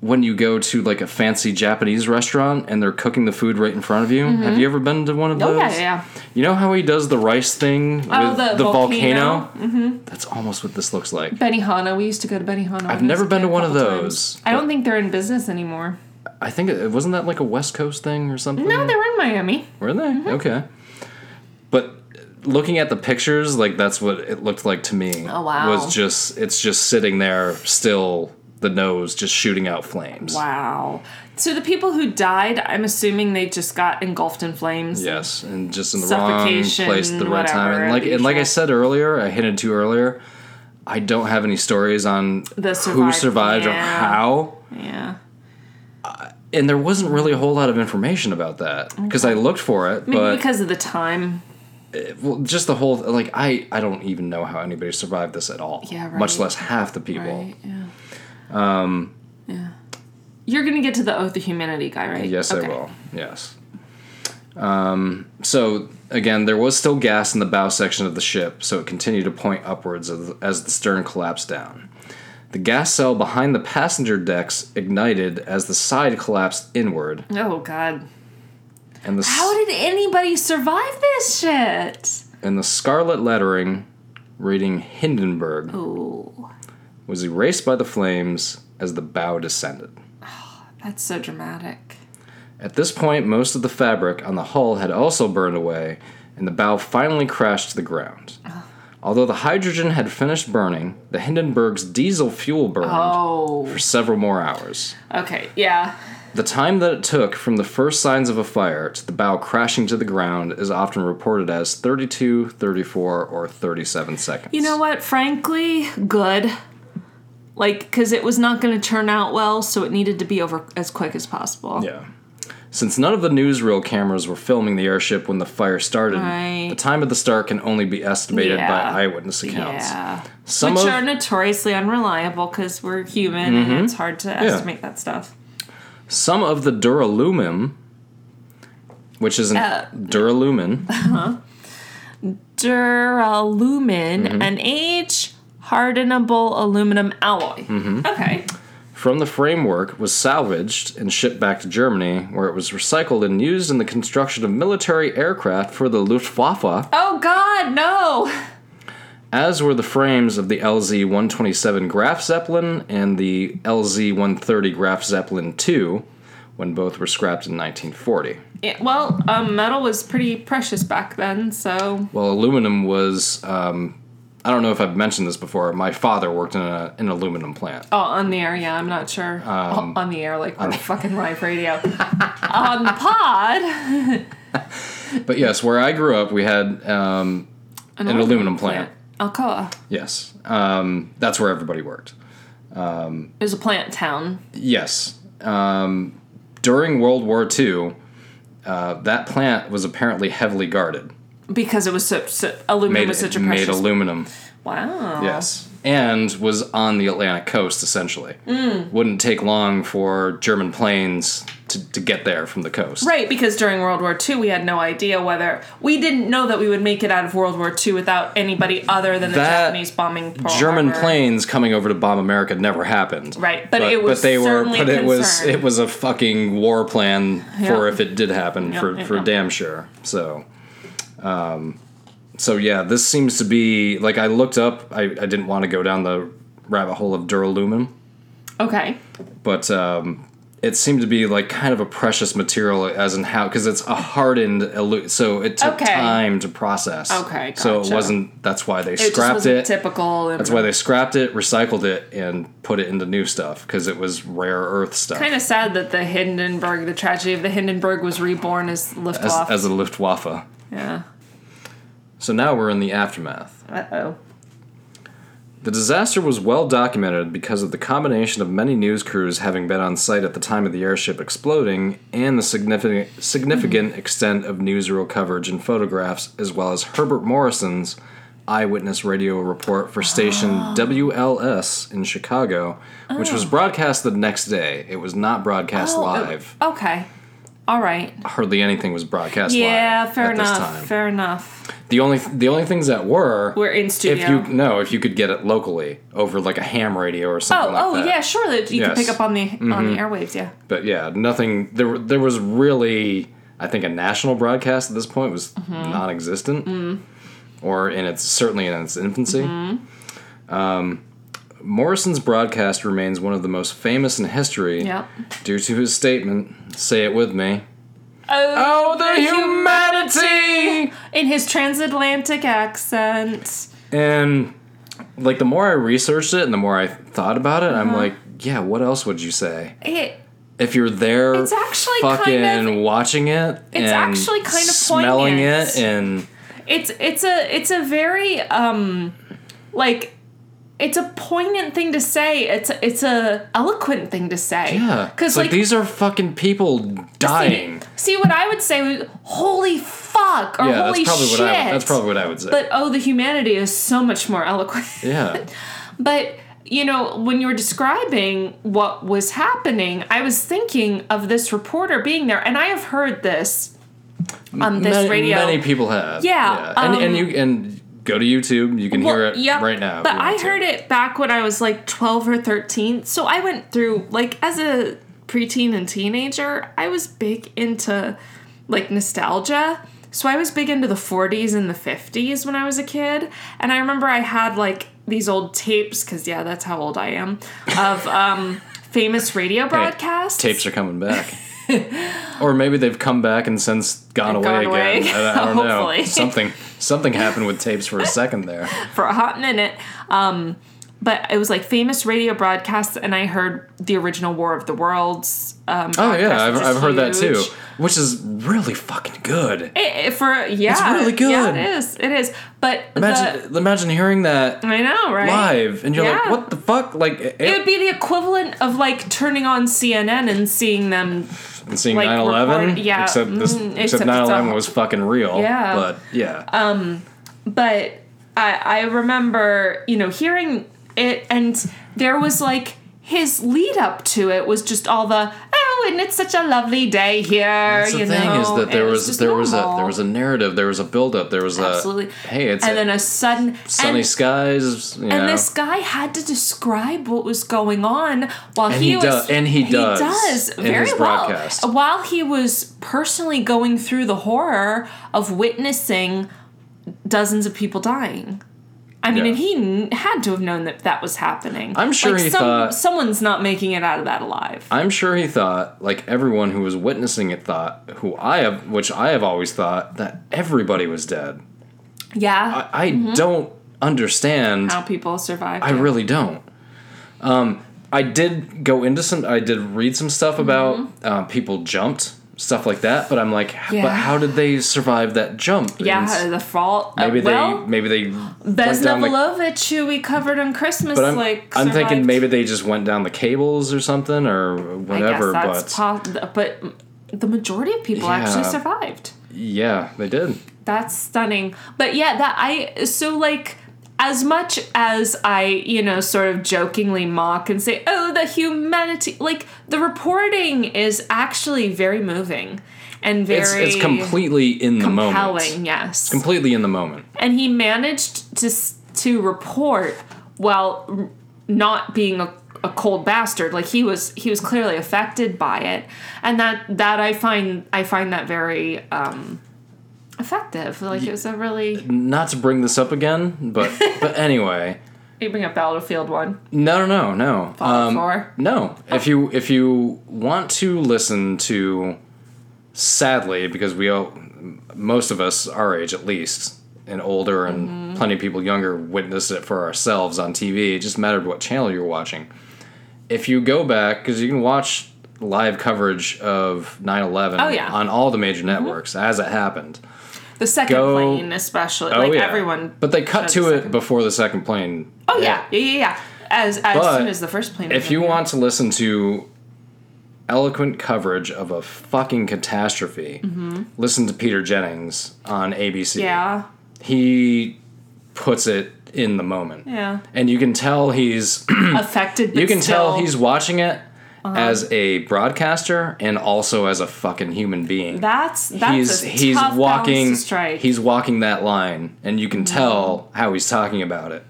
C: when you go to like a fancy Japanese restaurant and they're cooking the food right in front of you. Have you ever been to one of
A: Oh
C: those?
A: yeah, yeah, yeah.
C: You know how he does the rice thing
A: Oh,
C: with
A: the
C: volcano? Mm-hmm. That's almost what this looks like.
A: Benihana. We used to go to Benihana.
C: I've never been to one of those.
A: I don't think they're in business anymore.
C: I think it wasn't that like a West Coast thing or something.
A: No, Mm-hmm. they were in Miami.
C: were they okay. But looking at the pictures, like that's what it looked like to me.
A: Oh, wow.
C: Was just it's just sitting there, still the nose just shooting out flames.
A: Wow. So the people who died, I'm assuming they just got engulfed in flames.
C: Yes, and just in the wrong
A: Suffocation,
C: place at the right time.
A: whatever,
C: And like and like I
A: usual.
C: said earlier, I hinted to earlier. I don't have any stories on who
A: The survived-
C: survived or
A: yeah.
C: how.
A: Yeah.
C: And there wasn't really a whole lot of information about that because I looked for it,
A: Maybe
C: but
A: because of the time.
C: well, just the whole like I I don't even know how anybody survived this at all.
A: Yeah, right.
C: Much less half the people.
A: Right. Yeah. Um.
C: um,
A: Yeah. You're gonna get to the oath of humanity guy, right?
C: Yes,
A: Okay.
C: I will. Yes. Um, so again, there was still gas in the bow section of the ship, so it continued to point upwards as, as the stern collapsed down. The gas cell behind the passenger decks ignited as the side collapsed inward,
A: Oh God.
C: and the s-
A: How did anybody survive this shit?
C: and the scarlet lettering reading Hindenburg
A: Ooh,
C: was erased by the flames as the bow descended.
A: that's so dramatic.
C: At this point, most of the fabric on the hull had also burned away, and the bow finally crashed to the ground.
A: Oh.
C: Although the hydrogen had finished burning, the Hindenburg's diesel fuel burned
A: Oh.
C: for several more hours.
A: Okay. Yeah.
C: The time that it took from the first signs of a fire to the bow crashing to the ground is often reported as 32, 34, or 37 seconds.
A: You know what? Frankly, good. Like, because it was not going to turn out well, so it needed to be over as quick as possible.
C: Yeah. Since none of the newsreel cameras were filming the airship when the fire started,
A: Right.
C: the time of the start can only be estimated
A: Yeah.
C: by eyewitness accounts.
A: Yeah.
C: Some
A: Which
C: of- Mm-hmm.
A: are notoriously unreliable because we're human and it's hard to estimate that stuff.
C: some of the duralumin, which is an
A: Uh.
C: duralumin,
A: Duralumin,
C: Mm-hmm.
A: an age hardenable aluminum alloy.
C: Mm-hmm.
A: Okay.
C: from the framework was salvaged and shipped back to Germany, where it was recycled and used in the construction of military aircraft for the Luftwaffe,
A: Oh, God, no.
C: as were the frames of the LZ 127 Graf Zeppelin and the LZ 130 Graf Zeppelin II, when both were scrapped in 1940.
A: It- well, um, metal was pretty precious back then, so.
C: Well, aluminum was. Um, I don't know if I've mentioned this before. My father worked in a, an aluminum plant.
A: Oh, on the air, yeah, I'm not sure.
C: Um,
A: Oh, on the air, like we're fucking live radio. on the pod.
C: But yes, where I grew up, we had um, an, aluminum plant.
A: Alcoa.
C: Yes, um, that's where everybody worked.
A: It was a plant town.
C: Yes. Um, during World War II, uh, that plant was apparently heavily guarded.
A: because it was so, so aluminum
C: Made,
A: was such a
C: made
A: precious. Oh.
C: aluminum.
A: wow.
C: Yes. And was on the Atlantic coast, essentially.
A: Mm.
C: Wouldn't take long for German planes to, to get there from the coast.
A: Right, because during World War II, we had no idea whether we didn't know that we would make it out of World War II without anybody other than the
C: That
A: Japanese bombing Pearl
C: German
A: Harbor.
C: planes coming over to bomb America never happened.
A: Right, but it was certainly a
C: it was
A: concern.
C: it was a fucking war plan for
A: Yeah.
C: if it did happen
A: Yeah,
C: for
A: yeah,
C: for
A: yeah.
C: damn sure. So, um, so yeah, this seems to be like I looked up. I, I didn't want to go down the rabbit hole of duralumin,
A: Okay.
C: but um, it seemed to be like kind of a precious material as in how because it's a hardened alu- so it took
A: Okay.
C: time to process.
A: Okay,
C: so it
A: gotcha.
C: wasn't. That's why they
A: It just
C: scrapped
A: wasn't
C: it.
A: typical. And
C: That's why they scrapped it, recycled it, and put it into new stuff because it was rare earth stuff.
A: kind of sad that the Hindenburg, the tragedy of the Hindenburg, was reborn as
C: as,
A: Luftwaffe.
C: as a Luftwaffe.
A: yeah.
C: So now we're in the aftermath.
A: Uh oh.
C: The disaster was well documented because of the combination of many news crews having been on site at the time of the airship exploding and the significant, significant extent of newsreel coverage and photographs, as well as Herbert Morrison's eyewitness radio report for station WLS in Chicago, which was broadcast the next day. It was not broadcast
A: Oh,
C: live.
A: Okay. All right.
C: hardly anything was broadcast
A: Yeah,
C: live
A: fair
C: at this
A: enough.
C: time.
A: Fair enough.
C: the only the only things that were
A: We're in
C: if
A: studio.
C: you no if you could get it locally over like a ham radio or
A: oh,
C: something like
A: oh
C: that.
A: yeah, sure. That you
C: Yes. Mm-hmm.
A: can pick up on the on the airwaves. Yeah.
C: But yeah, nothing there were- there was really I think a national broadcast at this point was
A: Mm-hmm.
C: non-existent or in its certainly in its infancy. Um
A: Mm-hmm.
C: Morrison's broadcast remains one of the most famous in history
A: Yep.
C: due to his statement, say it with me. Oh,
A: Oh,
C: the humanity!
A: in his transatlantic accent.
C: And like the more I researched it and the more I thought about it,
A: Uh-huh.
C: I'm like, yeah, what else would you say?
A: It,
C: If you're there
A: It's actually kind
C: fucking
A: of-
C: watching it and
A: actually kind of
C: smelling
A: poignant.
C: it and
A: it's it's a it's a very um like it's a poignant thing to say. It's a, it's a eloquent thing to say.
C: yeah.
A: Because
C: It's like,
A: like,
C: these are fucking people dying.
A: see what I would say was holy fuck or
C: Yeah,
A: holy
C: that's probably
A: shit.
C: what I that's probably what I would say.
A: But oh, the humanity is so much more eloquent.
C: yeah.
A: But you know, when you were describing what was happening, I was thinking of this reporter being there, and I have heard this on this
C: many,
A: radio.
C: many people have.
A: Yeah, um,
C: And and you and go to YouTube, you can hear
A: Well,
C: it
A: yeah,
C: right now. if
A: But
C: you want
A: I
C: to.
A: heard it back when I was like 12 or 13. So I went through, like, as a preteen and teenager, I was big into like nostalgia. So I was big into the 40s and the 50s when I was a kid. And I remember I had like these old tapes, because yeah, that's how old I am, of um, famous radio broadcasts.
C: tapes are coming back. or maybe they've come back and since gone away
A: gone away.
C: again. I, I don't know.
A: Hopefully.
C: Something something happened with tapes for a second there.
A: for a hot minute. Um, but it was like famous radio broadcasts, and I heard the original War of the Worlds. Um,
C: Oh yeah, I've,
A: broadcast, which is
C: I've heard that too,
A: huge.
C: which is really fucking good.
A: It, it- for yeah,
C: really good.
A: Yeah, it is. It is. But the,
C: Imagine imagine hearing that
A: I know, right?
C: live and you're like,
A: Yeah.
C: what the fuck? Like
A: It would be the equivalent of like turning on CNN and seeing them.
C: and seeing
A: like,
C: 9/11,
A: report- yeah,
C: except this,
A: mm, except
C: except
A: it's
C: 9/11
A: a-
C: was fucking real.
A: Yeah. Uh,
C: but yeah,
A: But I, I remember, you know, hearing it, and there was like his lead up to it was just all the oh, and it's such a lovely day here.
C: That's
A: you
C: the thing
A: know?
C: is that
A: and
C: there
A: it
C: was,
A: just
C: there was a
A: normal.
C: there was a narrative, there was a buildup, there was
A: absolutely.
C: a hey, it's
A: and
C: a-
A: then a sudden
C: sunny
A: and,
C: skies. You know.
A: And this guy had to describe what was going on while
C: And
A: he,
C: he
A: was,
C: do- and he does
A: does
C: in
A: very
C: his
A: well.
C: broadcast.
A: While he was personally going through the horror of witnessing dozens of people dying. I mean,
C: Yeah.
A: and he kn- had to have known that that was happening.
C: I'm sure
A: Like,
C: he thought-
A: someone's not making it out of that alive.
C: I'm sure he thought, like everyone who was witnessing it thought, who I have, which I have always thought, that everybody was dead.
A: yeah,
C: I, I don't understand.
A: Mm-hmm. how people survive.
C: I really don't. Um,
A: Mm-hmm.
C: I did go into some, I did read some stuff about uh, people jumped. stuff like that. But I'm like, h-
A: Yeah.
C: but how did they survive that jump? And
A: Yeah,
C: s-
A: the fault. uh,
C: maybe
A: well,
C: they maybe they
A: Bez
C: went down the-
A: Novalovich, who we covered on Christmas,
C: but I'm,
A: like
C: I'm thinking
A: survived.
C: maybe they just went down the cables or something or
A: I guess
C: whatever. But
A: that's po- but the majority of people actually
C: Yeah.
A: survived.
C: yeah, they did.
A: That's stunning. But yeah, that I so like as much as I, you know, sort of jokingly mock and say, "Oh, the humanity." Like the reporting is actually very moving and
C: It's
A: very
C: it's completely in the
A: compelling,
C: moment.
A: yes.
C: Completely in the moment.
A: and he managed to s- to report while r- not being a, a cold bastard like he was he was clearly affected by it and that that i find i find that very um effective like it was a really
C: Not to bring this up again, but but anyway.
A: you bring up battlefield one
C: No, no, no, Um, no.
A: Fallout 4?
C: No, if you if you want to listen to, sadly, because we all, most of us our age at least, and older, and
A: Mm-hmm.
C: plenty of people younger witnessed it for ourselves on TV. It just mattered what channel you're watching. If you go back, because you can watch live coverage of 9-11
A: Oh, yeah. Mm-hmm.
C: on all the major networks as it happened.
A: the second
C: Go-
A: plane especially
C: oh
A: like
C: yeah,
A: everyone
C: But they cut
A: showed
C: to
A: the
C: it
A: second-
C: before the second plane.
A: oh yeah yeah yeah, yeah. as as
C: But
A: soon as the first plane
C: If
A: was
C: you
A: in.
C: want to listen to eloquent coverage of a fucking catastrophe, listen to Peter Jennings on ABC.
A: yeah
C: He puts it in the moment.
A: yeah
C: And you can tell he's
A: affected but
C: Hmm. you can tell
A: still- Uh-huh.
C: he's watching it as a broadcaster and also as a fucking human being.
A: that's that's
C: he's
A: a
C: he's
A: tough
C: walking
A: balance to strike. Mm-hmm.
C: he's walking that line and you can tell how he's talking about it.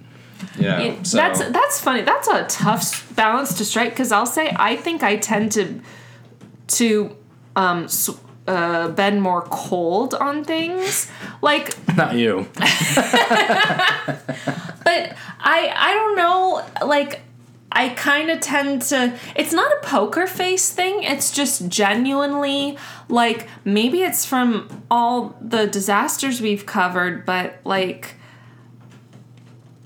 C: You know,
A: Yeah,
C: so
A: That's that's funny. That's a tough s- balance to strike because I'll say I think I tend to to um s uh, bend more cold on things. Like,
C: not you.
A: but I I don't know. Like, I kind of tend to. It's not a poker face thing. It's just genuinely like maybe it's from all the disasters we've covered, but like.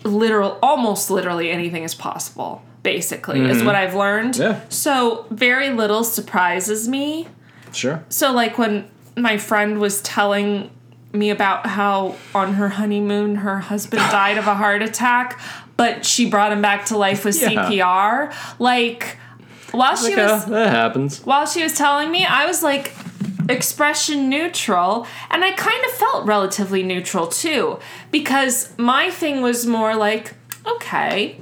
A: literal almost literally anything is possible basically is what i've learned
C: Yeah.
A: so very little surprises me
C: Sure.
A: so like when my friend was telling me about how on her honeymoon her husband died of a heart attack but she brought him back to life with
C: Yeah.
A: cpr like while she
C: Yeah,
A: was
C: that happens.
A: while she was telling me, I was like expression neutral, and I kind of felt relatively neutral too, because my thing was more like, okay,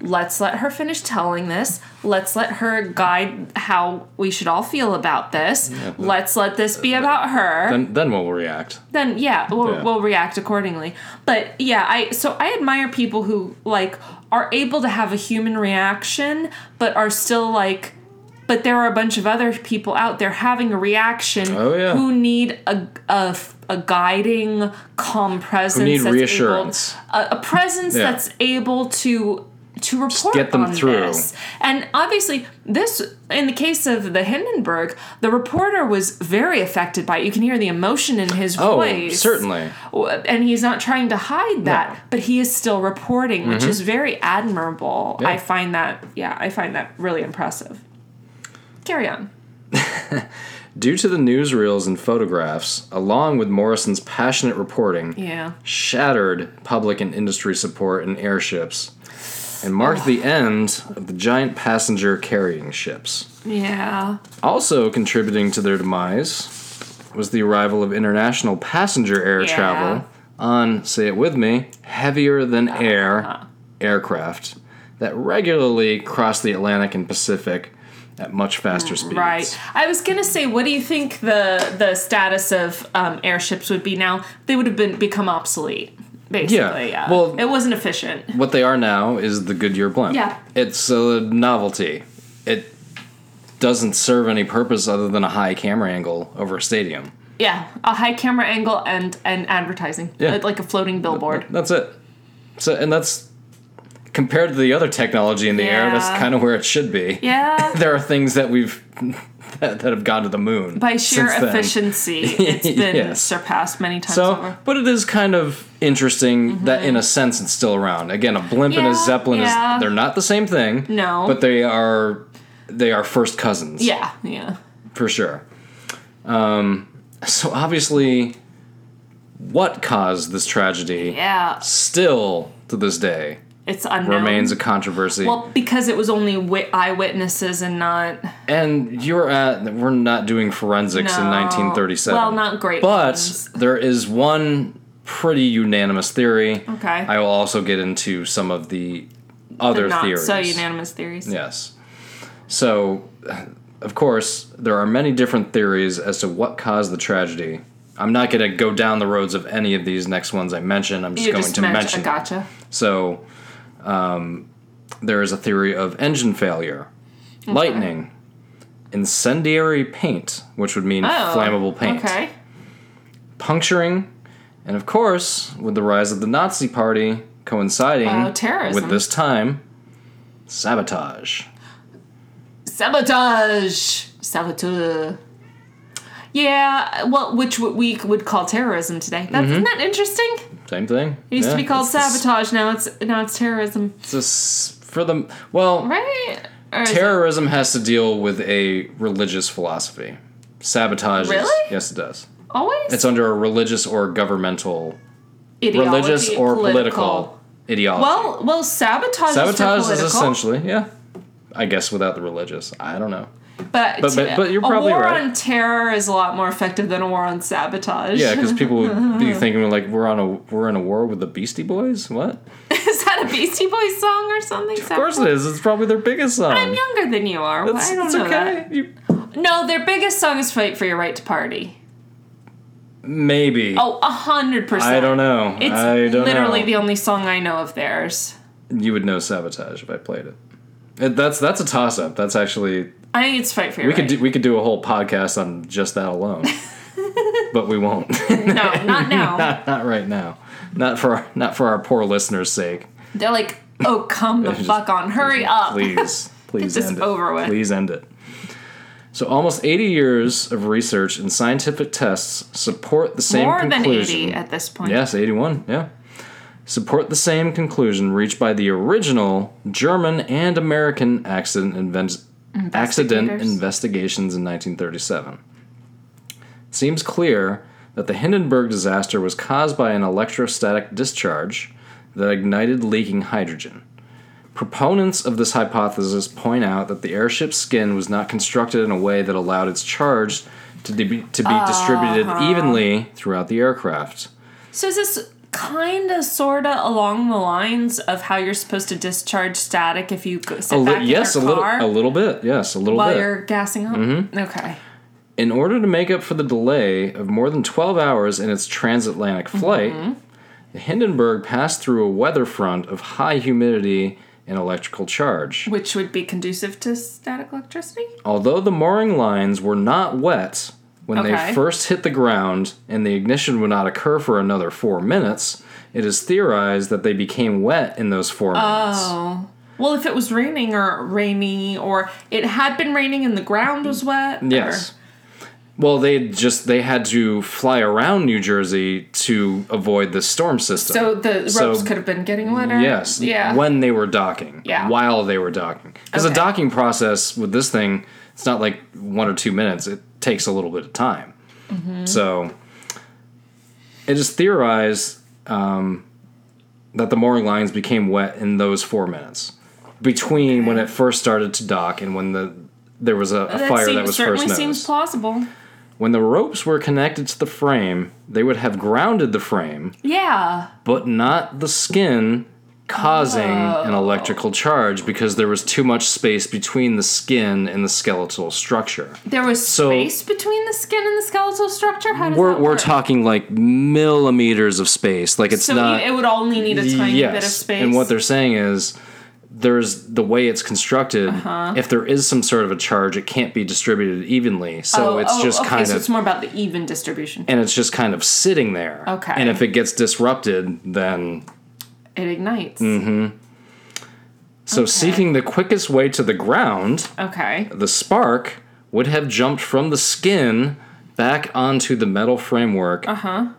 A: let's let her finish telling this. Let's let her guide how we should all feel about this. Let's let this be about her
C: Then, then we'll react.
A: then yeah we'll,
C: Yeah.
A: we'll react accordingly but yeah i so i admire people who like are able to have a human reaction but are still like but there are a bunch of other people out there having a reaction
C: Oh, yeah.
A: who need a, a, a guiding calm presence
C: need
A: that's able-
C: reassurance.
A: a, a presence
C: Yeah.
A: that's able to to report
C: get them
A: on
C: through.
A: this. And obviously, this in the case of the Hindenburg, the reporter was very affected by it. You can hear the emotion in his
C: Oh,
A: voice.
C: certainly.
A: W- And he's not trying to hide that,
C: No. Mm-hmm.
A: but he is still reporting, which is very admirable.
C: Yeah.
A: I find that, yeah, I find that really impressive. Carry on.
C: Due to the newsreels and photographs, along with Morrison's passionate reporting,
A: Yeah.
C: shattered public and industry support in airships and marked the end of the giant passenger carrying ships.
A: Yeah.
C: Also contributing to their demise was the arrival of international passenger air
A: Yeah.
C: travel on, say it with me, heavier than
A: Uh-huh.
C: air aircraft that regularly crossed the Atlantic and Pacific at much faster speeds.
A: Mm, Right. I was gonna say, what do you think the the status of um, airships would be now? They would have been become obsolete, basically. Yeah.
C: Well-
A: it wasn't efficient.
C: what they are now is the Goodyear blimp.
A: Yeah.
C: It's a novelty. It doesn't serve any purpose other than a high camera angle over a stadium.
A: Yeah, a high camera angle and and advertising.
C: Yeah.
A: Uh, like a floating billboard.
C: That's it. So and that's compared to the other technology in the air,
A: Yeah.
C: that's kind of where it should be.
A: Yeah.
C: There are things that we've that, that have gone to the moon
A: By sheer
C: since then.
A: efficiency, it's been
C: Yes.
A: surpassed many times
C: So,
A: over.
C: but it is kind of interesting that in a sense it's still around. Again, a blimp and a
A: Mm-hmm. Yeah,
C: zeppelin
A: yeah.
C: is they're not the same thing.
A: No.
C: But they are they are first cousins.
A: Yeah, yeah.
C: For sure. Um, So obviously, what caused this tragedy
A: Yeah,
C: still to this day
A: it's unknown.
C: remains a controversy.
A: Um, well because it was only wi- eyewitnesses and not
C: and you're at we're not doing forensics in
A: No.
C: 1937.
A: Well, not great
C: But
A: ones.
C: there is one pretty unanimous theory.
A: okay.
C: I will also get into some of the other
A: not
C: theories.
A: so unanimous theories.
C: Yes. So, of course, there are many different theories as to what caused the tragedy. I'm not going to go down the roads of any of these next ones I mention. I'm just
A: You
C: going
A: just
C: to mention.
A: mentioned.
C: them.
A: gotcha.
C: So, um, there is a theory of engine failure, lightning, incendiary paint, which would mean
A: Oh,
C: flammable paint,
A: Okay.
C: puncturing, and of course, with the rise of the Nazi Party coinciding
A: Oh, terrorism.
C: with this time, sabotage.
A: Sabotage. Saboteur. Yeah, well, which what we would call terrorism today.
C: Mm-hmm.
A: That's, Isn't that interesting?
C: Same thing.
A: It used to
C: Yeah,
A: be called
C: it's the s-
A: sabotage. Now it's now it's terrorism,
C: it's the s- for the well,
A: right? Or is it-
C: terrorism has to deal with a religious philosophy. Sabotage. is-
A: Really?
C: yes, it does.
A: always
C: It's under a religious or governmental,
A: Ideology,
C: religious or political, ideology.
A: Well, well, sabotage.
C: sabotage is
A: is, for political,
C: essentially yeah. I guess without the religious, I don't know.
A: but
C: but- but- but you're probably
A: a war
C: right.
A: on terror is a lot more effective than a war on sabotage.
C: Yeah, because people would be thinking like we're on a we're in a war with the Beastie Boys. What?
A: is that a Beastie Boys song or something?
C: Of course it is. It's probably their biggest song.
A: I'm younger than you are.
C: That's,
A: I don't
C: that's
A: know
C: okay.
A: that.
C: You-
A: No, their biggest song is "Fight for Your Right to Party."
C: maybe.
A: Oh, a hundred percent.
C: I don't know.
A: It's
C: I don't
A: literally
C: know.
A: the only song I know of theirs.
C: you would know sabotage if I played it. It- that's that's a toss up. That's actually
A: I think it's "Fight for Your
C: we could
A: Right."
C: do, we could do a whole podcast on just that alone, but we won't.
A: no, not now.
C: not, not right now. Not for our, not for our poor listeners' sake.
A: They're like, "Oh, come the
C: Just-
A: fuck on, hurry up!"
C: Please, please
A: this
C: end
A: over
C: it.
A: with.
C: Please end it. So almost 80 years of research and scientific tests support the same
A: More than
C: conclusion.
A: eighty at this point.
C: Yes, 81, yeah. Support the same conclusion reached by the original German and American accident, inven- accident
A: Investigators.
C: investigations in 1937. It seems clear that the Hindenburg disaster was caused by an electrostatic discharge that ignited leaking hydrogen. Proponents of this hypothesis point out that the airship's skin was not constructed in a way that allowed its charge to be, to be
A: Uh-huh.
C: distributed evenly throughout the aircraft.
A: So is this kind of, sort of along the lines of how you're supposed to discharge static if you go- sit
C: A li-
A: back in
C: yes, a
A: your
C: little,
A: car
C: a little bit. Yes, a little
A: while
C: bit. Mm-hmm.
A: you're gassing up? Okay.
C: In order to make up for the delay of more than 12 hours in its transatlantic flight,
A: Mm-hmm.
C: the Hindenburg passed through a weather front of high humidity and electrical charge.
A: Which would be conducive to static electricity?
C: Although the mooring lines were not wet when
A: Okay.
C: they first hit the ground and the ignition would not occur for another four minutes, it is theorized that they became wet in those four minutes.
A: Oh. Well, if it was raining or rainy, or it had been raining and the ground was wet. or-
C: Yes. Well, they just they had to fly around New Jersey to avoid the storm system.
A: so the ropes
C: So-
A: could have been getting wetter.
C: Yes.
A: Yeah.
C: When they were docking.
A: Yeah.
C: While they were docking. Because
A: Okay.
C: the docking process with this thing, it's not like one or two minutes. It takes a little bit of time.
A: Mm-hmm.
C: So it is theorized um, that the mooring lines became wet in those four minutes between when it first started to dock and when the there was a, a
A: that
C: fire
A: seems,
C: that was first
A: certainly
C: noticed.
A: seems plausible.
C: when the ropes were connected to the frame, they would have grounded the frame
A: Yeah.
C: but not the skin causing an electrical charge because there was too much space between the skin and the skeletal structure.
A: There was
C: So-
A: space between the skin and the skeletal structure. How does
C: We're,
A: that
C: we're
A: work?
C: talking like millimeters of space. Like it's
A: So
C: not
A: you, it would only need a tiny
C: yes.
A: bit of space.
C: And what they're saying is there's the way it's constructed.
A: Uh-huh.
C: If there is some sort of a charge, it can't be distributed evenly. So
A: Oh,
C: it's
A: oh,
C: just
A: okay,
C: kind
A: so
C: of
A: it's more about the even distribution.
C: and it's just kind of sitting there.
A: Okay.
C: And if it gets disrupted, then
A: It ignites.
C: Mm-hmm. so seeking the quickest way to the ground
A: Okay.
C: the spark would have jumped from the skin back onto the metal framework,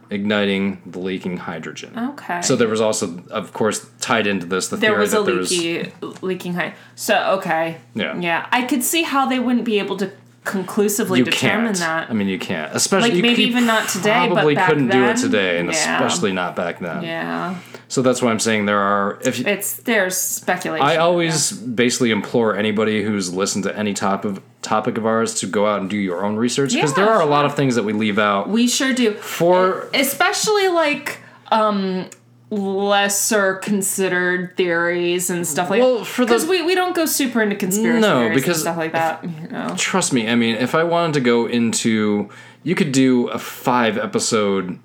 C: igniting the leaking hydrogen.
A: Uh-huh. Okay.
C: So there was also, of course, tied into this the
A: there
C: theory
A: was
C: that
A: a
C: there
A: leaky leaking high. So okay.
C: Yeah.
A: Yeah. I could see how they wouldn't be able to conclusively
C: you
A: determine
C: can't.
A: that.
C: I mean, you can't. Especially
A: Like,
C: you,
A: maybe
C: you
A: even not today, but
C: Probably
A: back
C: couldn't do
A: then?
C: it today, and
A: Yeah.
C: especially not back then.
A: yeah,
C: So that's why I'm saying there are. If you,
A: it's there's speculation.
C: I always basically implore anybody who's listened to any top of topic of ours to go out and do your own research because
A: Yeah,
C: there are a lot
A: sure.
C: of things that we leave out.
A: we sure do.
C: for
A: especially like um lesser considered theories and stuff like
C: Well, for the-
A: because we, we don't go super into conspiracy
C: No,
A: theories
C: because
A: and stuff like that you know
C: trust me, I mean, if I wanted to go into, you could do a five episode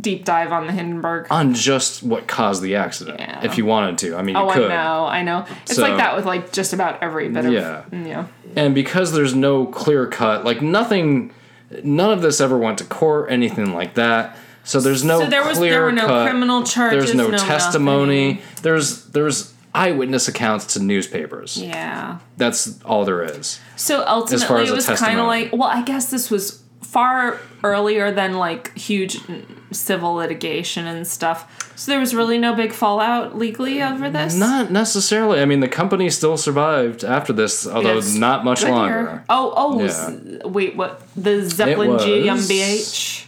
A: deep dive on the hindenburg
C: on just what caused the accident
A: Yeah.
C: if you wanted to. I mean,
A: oh
C: you
A: i
C: could.
A: know i know it's
C: So-
A: like that with like just about every bit of
C: Yeah.
A: yeah
C: And because there's no clear cut, like nothing, none of this ever went to court, anything like that. So there's no
A: so there was
C: clear
A: there were no
C: cut.
A: criminal charges
C: There's no, testimony.
A: nothing.
C: There's there's eyewitness accounts to newspapers.
A: yeah
C: That's all there is.
A: So ultimately,
C: far as
A: it
C: a
A: was kind of
C: testimony.
A: like, well, I guess this was far earlier than like huge civil litigation and stuff. So there was really no big fallout legally over this.
C: Not necessarily. I mean, the company still survived after this, although
A: It's
C: not much
A: good here.
C: longer.
A: Oh, oh,
C: Yeah.
A: s- wait, what? The Zeppelin
C: was-
A: G GmbH.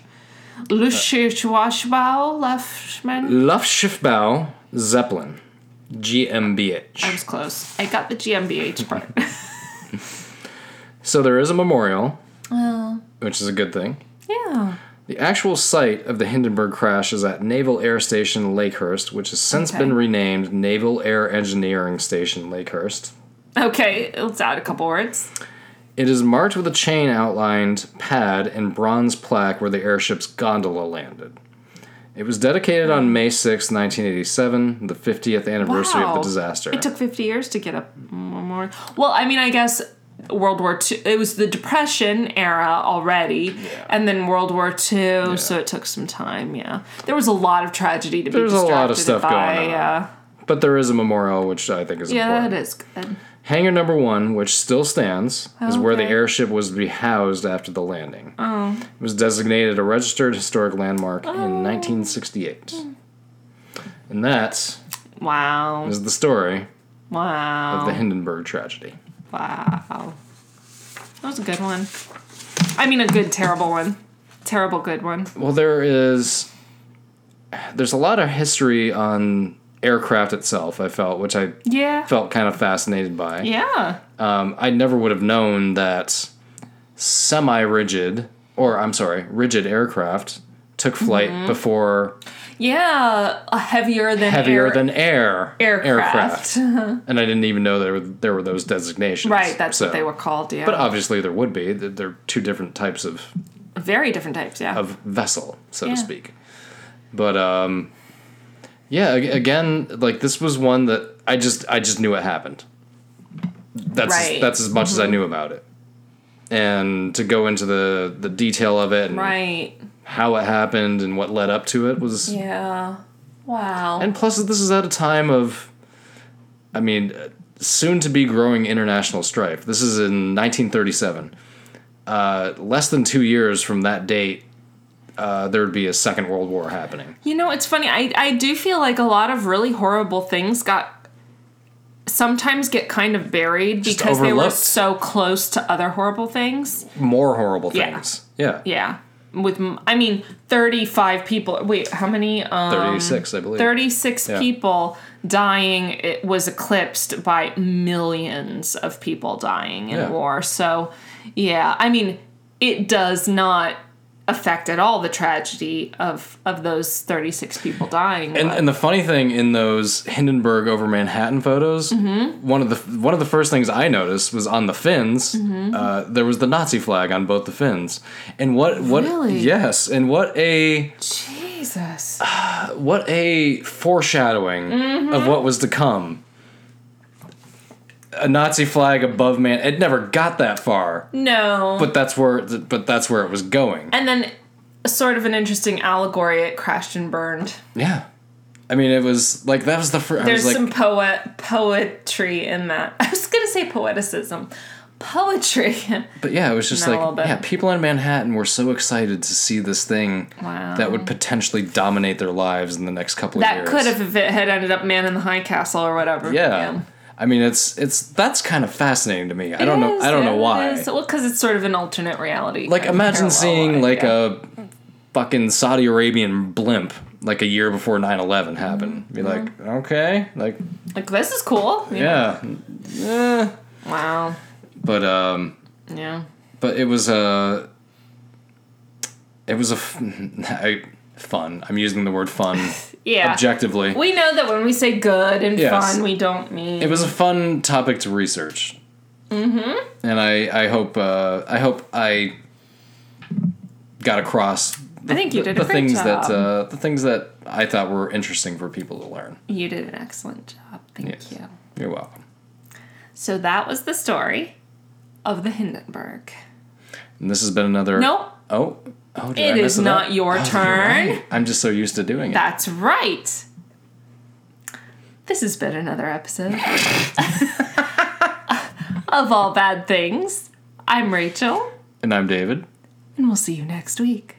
A: Lushishwashbau Lefschman.
C: Luftschiffbau Zeppelin
A: I
C: GmbH.
A: was close. I got the GmbH part.
C: So there is a memorial, which is a good thing.
A: yeah.
C: The actual site of the Hindenburg crash is at Naval Air Station Lakehurst, which has since
A: Okay.
C: been renamed Naval Air Engineering Station Lakehurst.
A: Okay, let's add a couple words.
C: It is marked with a chain outlined pad and bronze plaque where the airship's gondola landed. It was dedicated on May 6, 1987, the 50th anniversary of
A: Wow.
C: the disaster.
A: It took 50 years to get up more. Well, I mean, I guess World War II, it was the Depression era already, and then World War II, so it took some time, yeah. There was a lot of tragedy to
C: There's
A: be
C: a lot of
A: distracted
C: stuff
A: by, uh,
C: going on.
A: Yeah,
C: but there is a memorial, which I think is
A: yeah
C: important.
A: that is good.
C: Hangar number one, which still stands, is where the
A: Okay.
C: airship was to be housed after the landing. Oh. It was designated a registered historic landmark
A: Oh.
C: in 1968. And that
A: Wow,
C: is the story of the
A: wow,
C: Hindenburg tragedy.
A: wow. That was a good one. I mean, a good, terrible one. Terrible, good one.
C: Well, there is there's a lot of history on aircraft itself. I felt, which I
A: Yeah.
C: felt kind of fascinated by.
A: Yeah.
C: Um, I never would have known that semi-rigid, or I'm sorry, rigid aircraft took flight
A: Mm-hmm.
C: before
A: Yeah. A heavier than
C: heavier
A: air-
C: than air
A: Aircraft.
C: aircraft. and I didn't even know there were there were those designations.
A: Right, that's
C: So-
A: what they were called, yeah.
C: But obviously, there would be. Th- They're two different types of
A: Very different types, yeah.
C: of vessel, so
A: Yeah.
C: to speak. But um, yeah, ag- again, like this was one that I just I just knew it happened. That's as-
A: Right. Mm-hmm.
C: that's as much as I knew about it, and to go into the the detail of it and
A: right.
C: how it happened and what led up to it was.
A: Yeah. Wow.
C: And plus, this is at a time of, I mean, uh, soon to be growing international strife. This is in 1937. Uh, less than two years from that date, uh, there would be a Second World War happening.
A: you know, it's funny. I, I do feel like a lot of really horrible things got sometimes get kind of buried because they were
C: overlooked.
A: so close to other horrible things.
C: More horrible
A: Yeah.
C: things. Yeah.
A: Yeah. With m- I mean, 35 people. Wait, how many um
C: 36, I believe.
A: 36
C: Yeah.
A: people dying it was eclipsed by millions of people dying in
C: Yeah.
A: war so yeah i mean it does not affect at all the tragedy of of those 36 people dying
C: And,
A: but-
C: and the funny thing in those Hindenburg over Manhattan photos,
A: Mm-hmm.
C: one of the one of the first things I noticed was on the fins,
A: Mm-hmm.
C: uh, there was the Nazi flag on both the fins, and what what
A: Really?
C: yes, and what a
A: jesus
C: what a foreshadowing of what was to come. A Nazi flag above man. It never got that far,
A: no
C: but that's where. But that's where it was going.
A: and then sort of an interesting allegory it crashed and burned
C: Yeah, I mean, it was like that was the first. I
A: there's
C: was like,
A: some poet poetry in that i was gonna say poeticism poetry
C: but yeah, it was just
A: No, a little
C: like,
A: bit.
C: yeah, people in Manhattan were so excited to see this thing
A: Wow.
C: that would potentially dominate their lives in the next couple
A: That
C: of years.
A: could have, if it had ended up Man in the High Castle or whatever.
C: Yeah. I mean, it's it's that's kind of fascinating to me. I don't know. I don't know why.
A: Well, because it's sort of an alternate reality.
C: Like,
A: kind of
C: imagine
A: parallel
C: seeing
A: one,
C: like
A: yeah.
C: a fucking Saudi Arabian blimp like a year before 9-11 happened.
A: Mm-hmm.
C: Be like, okay, like
A: like this is cool.
C: yeah, Eh.
A: Wow.
C: but um,
A: Yeah.
C: but it was a it was a f- I- fun. I'm using the word fun
A: Yeah.
C: objectively.
A: we know that when we say good and
C: Yes.
A: fun, we don't mean
C: It was a fun topic to research. Mm-hmm. And I I hope uh, I hope I got across. The,
A: I think you
C: the,
A: did
C: the
A: a great
C: things that
A: job.
C: uh, the things that I thought were interesting for people to learn.
A: you did an excellent job. Thank
C: Yes.
A: you.
C: You're welcome.
A: So that was the story of the Hindenburg.
C: And this has been another.
A: Nope.
C: Oh. Oh, did
A: It
C: I mess
A: is
C: up?
A: not your
C: you're
A: turn.
C: right. I'm just so used to doing it.
A: That's right. This has been another episode of All Bad Things. I'm Rachel,
C: And I'm David.
A: and we'll see you next week.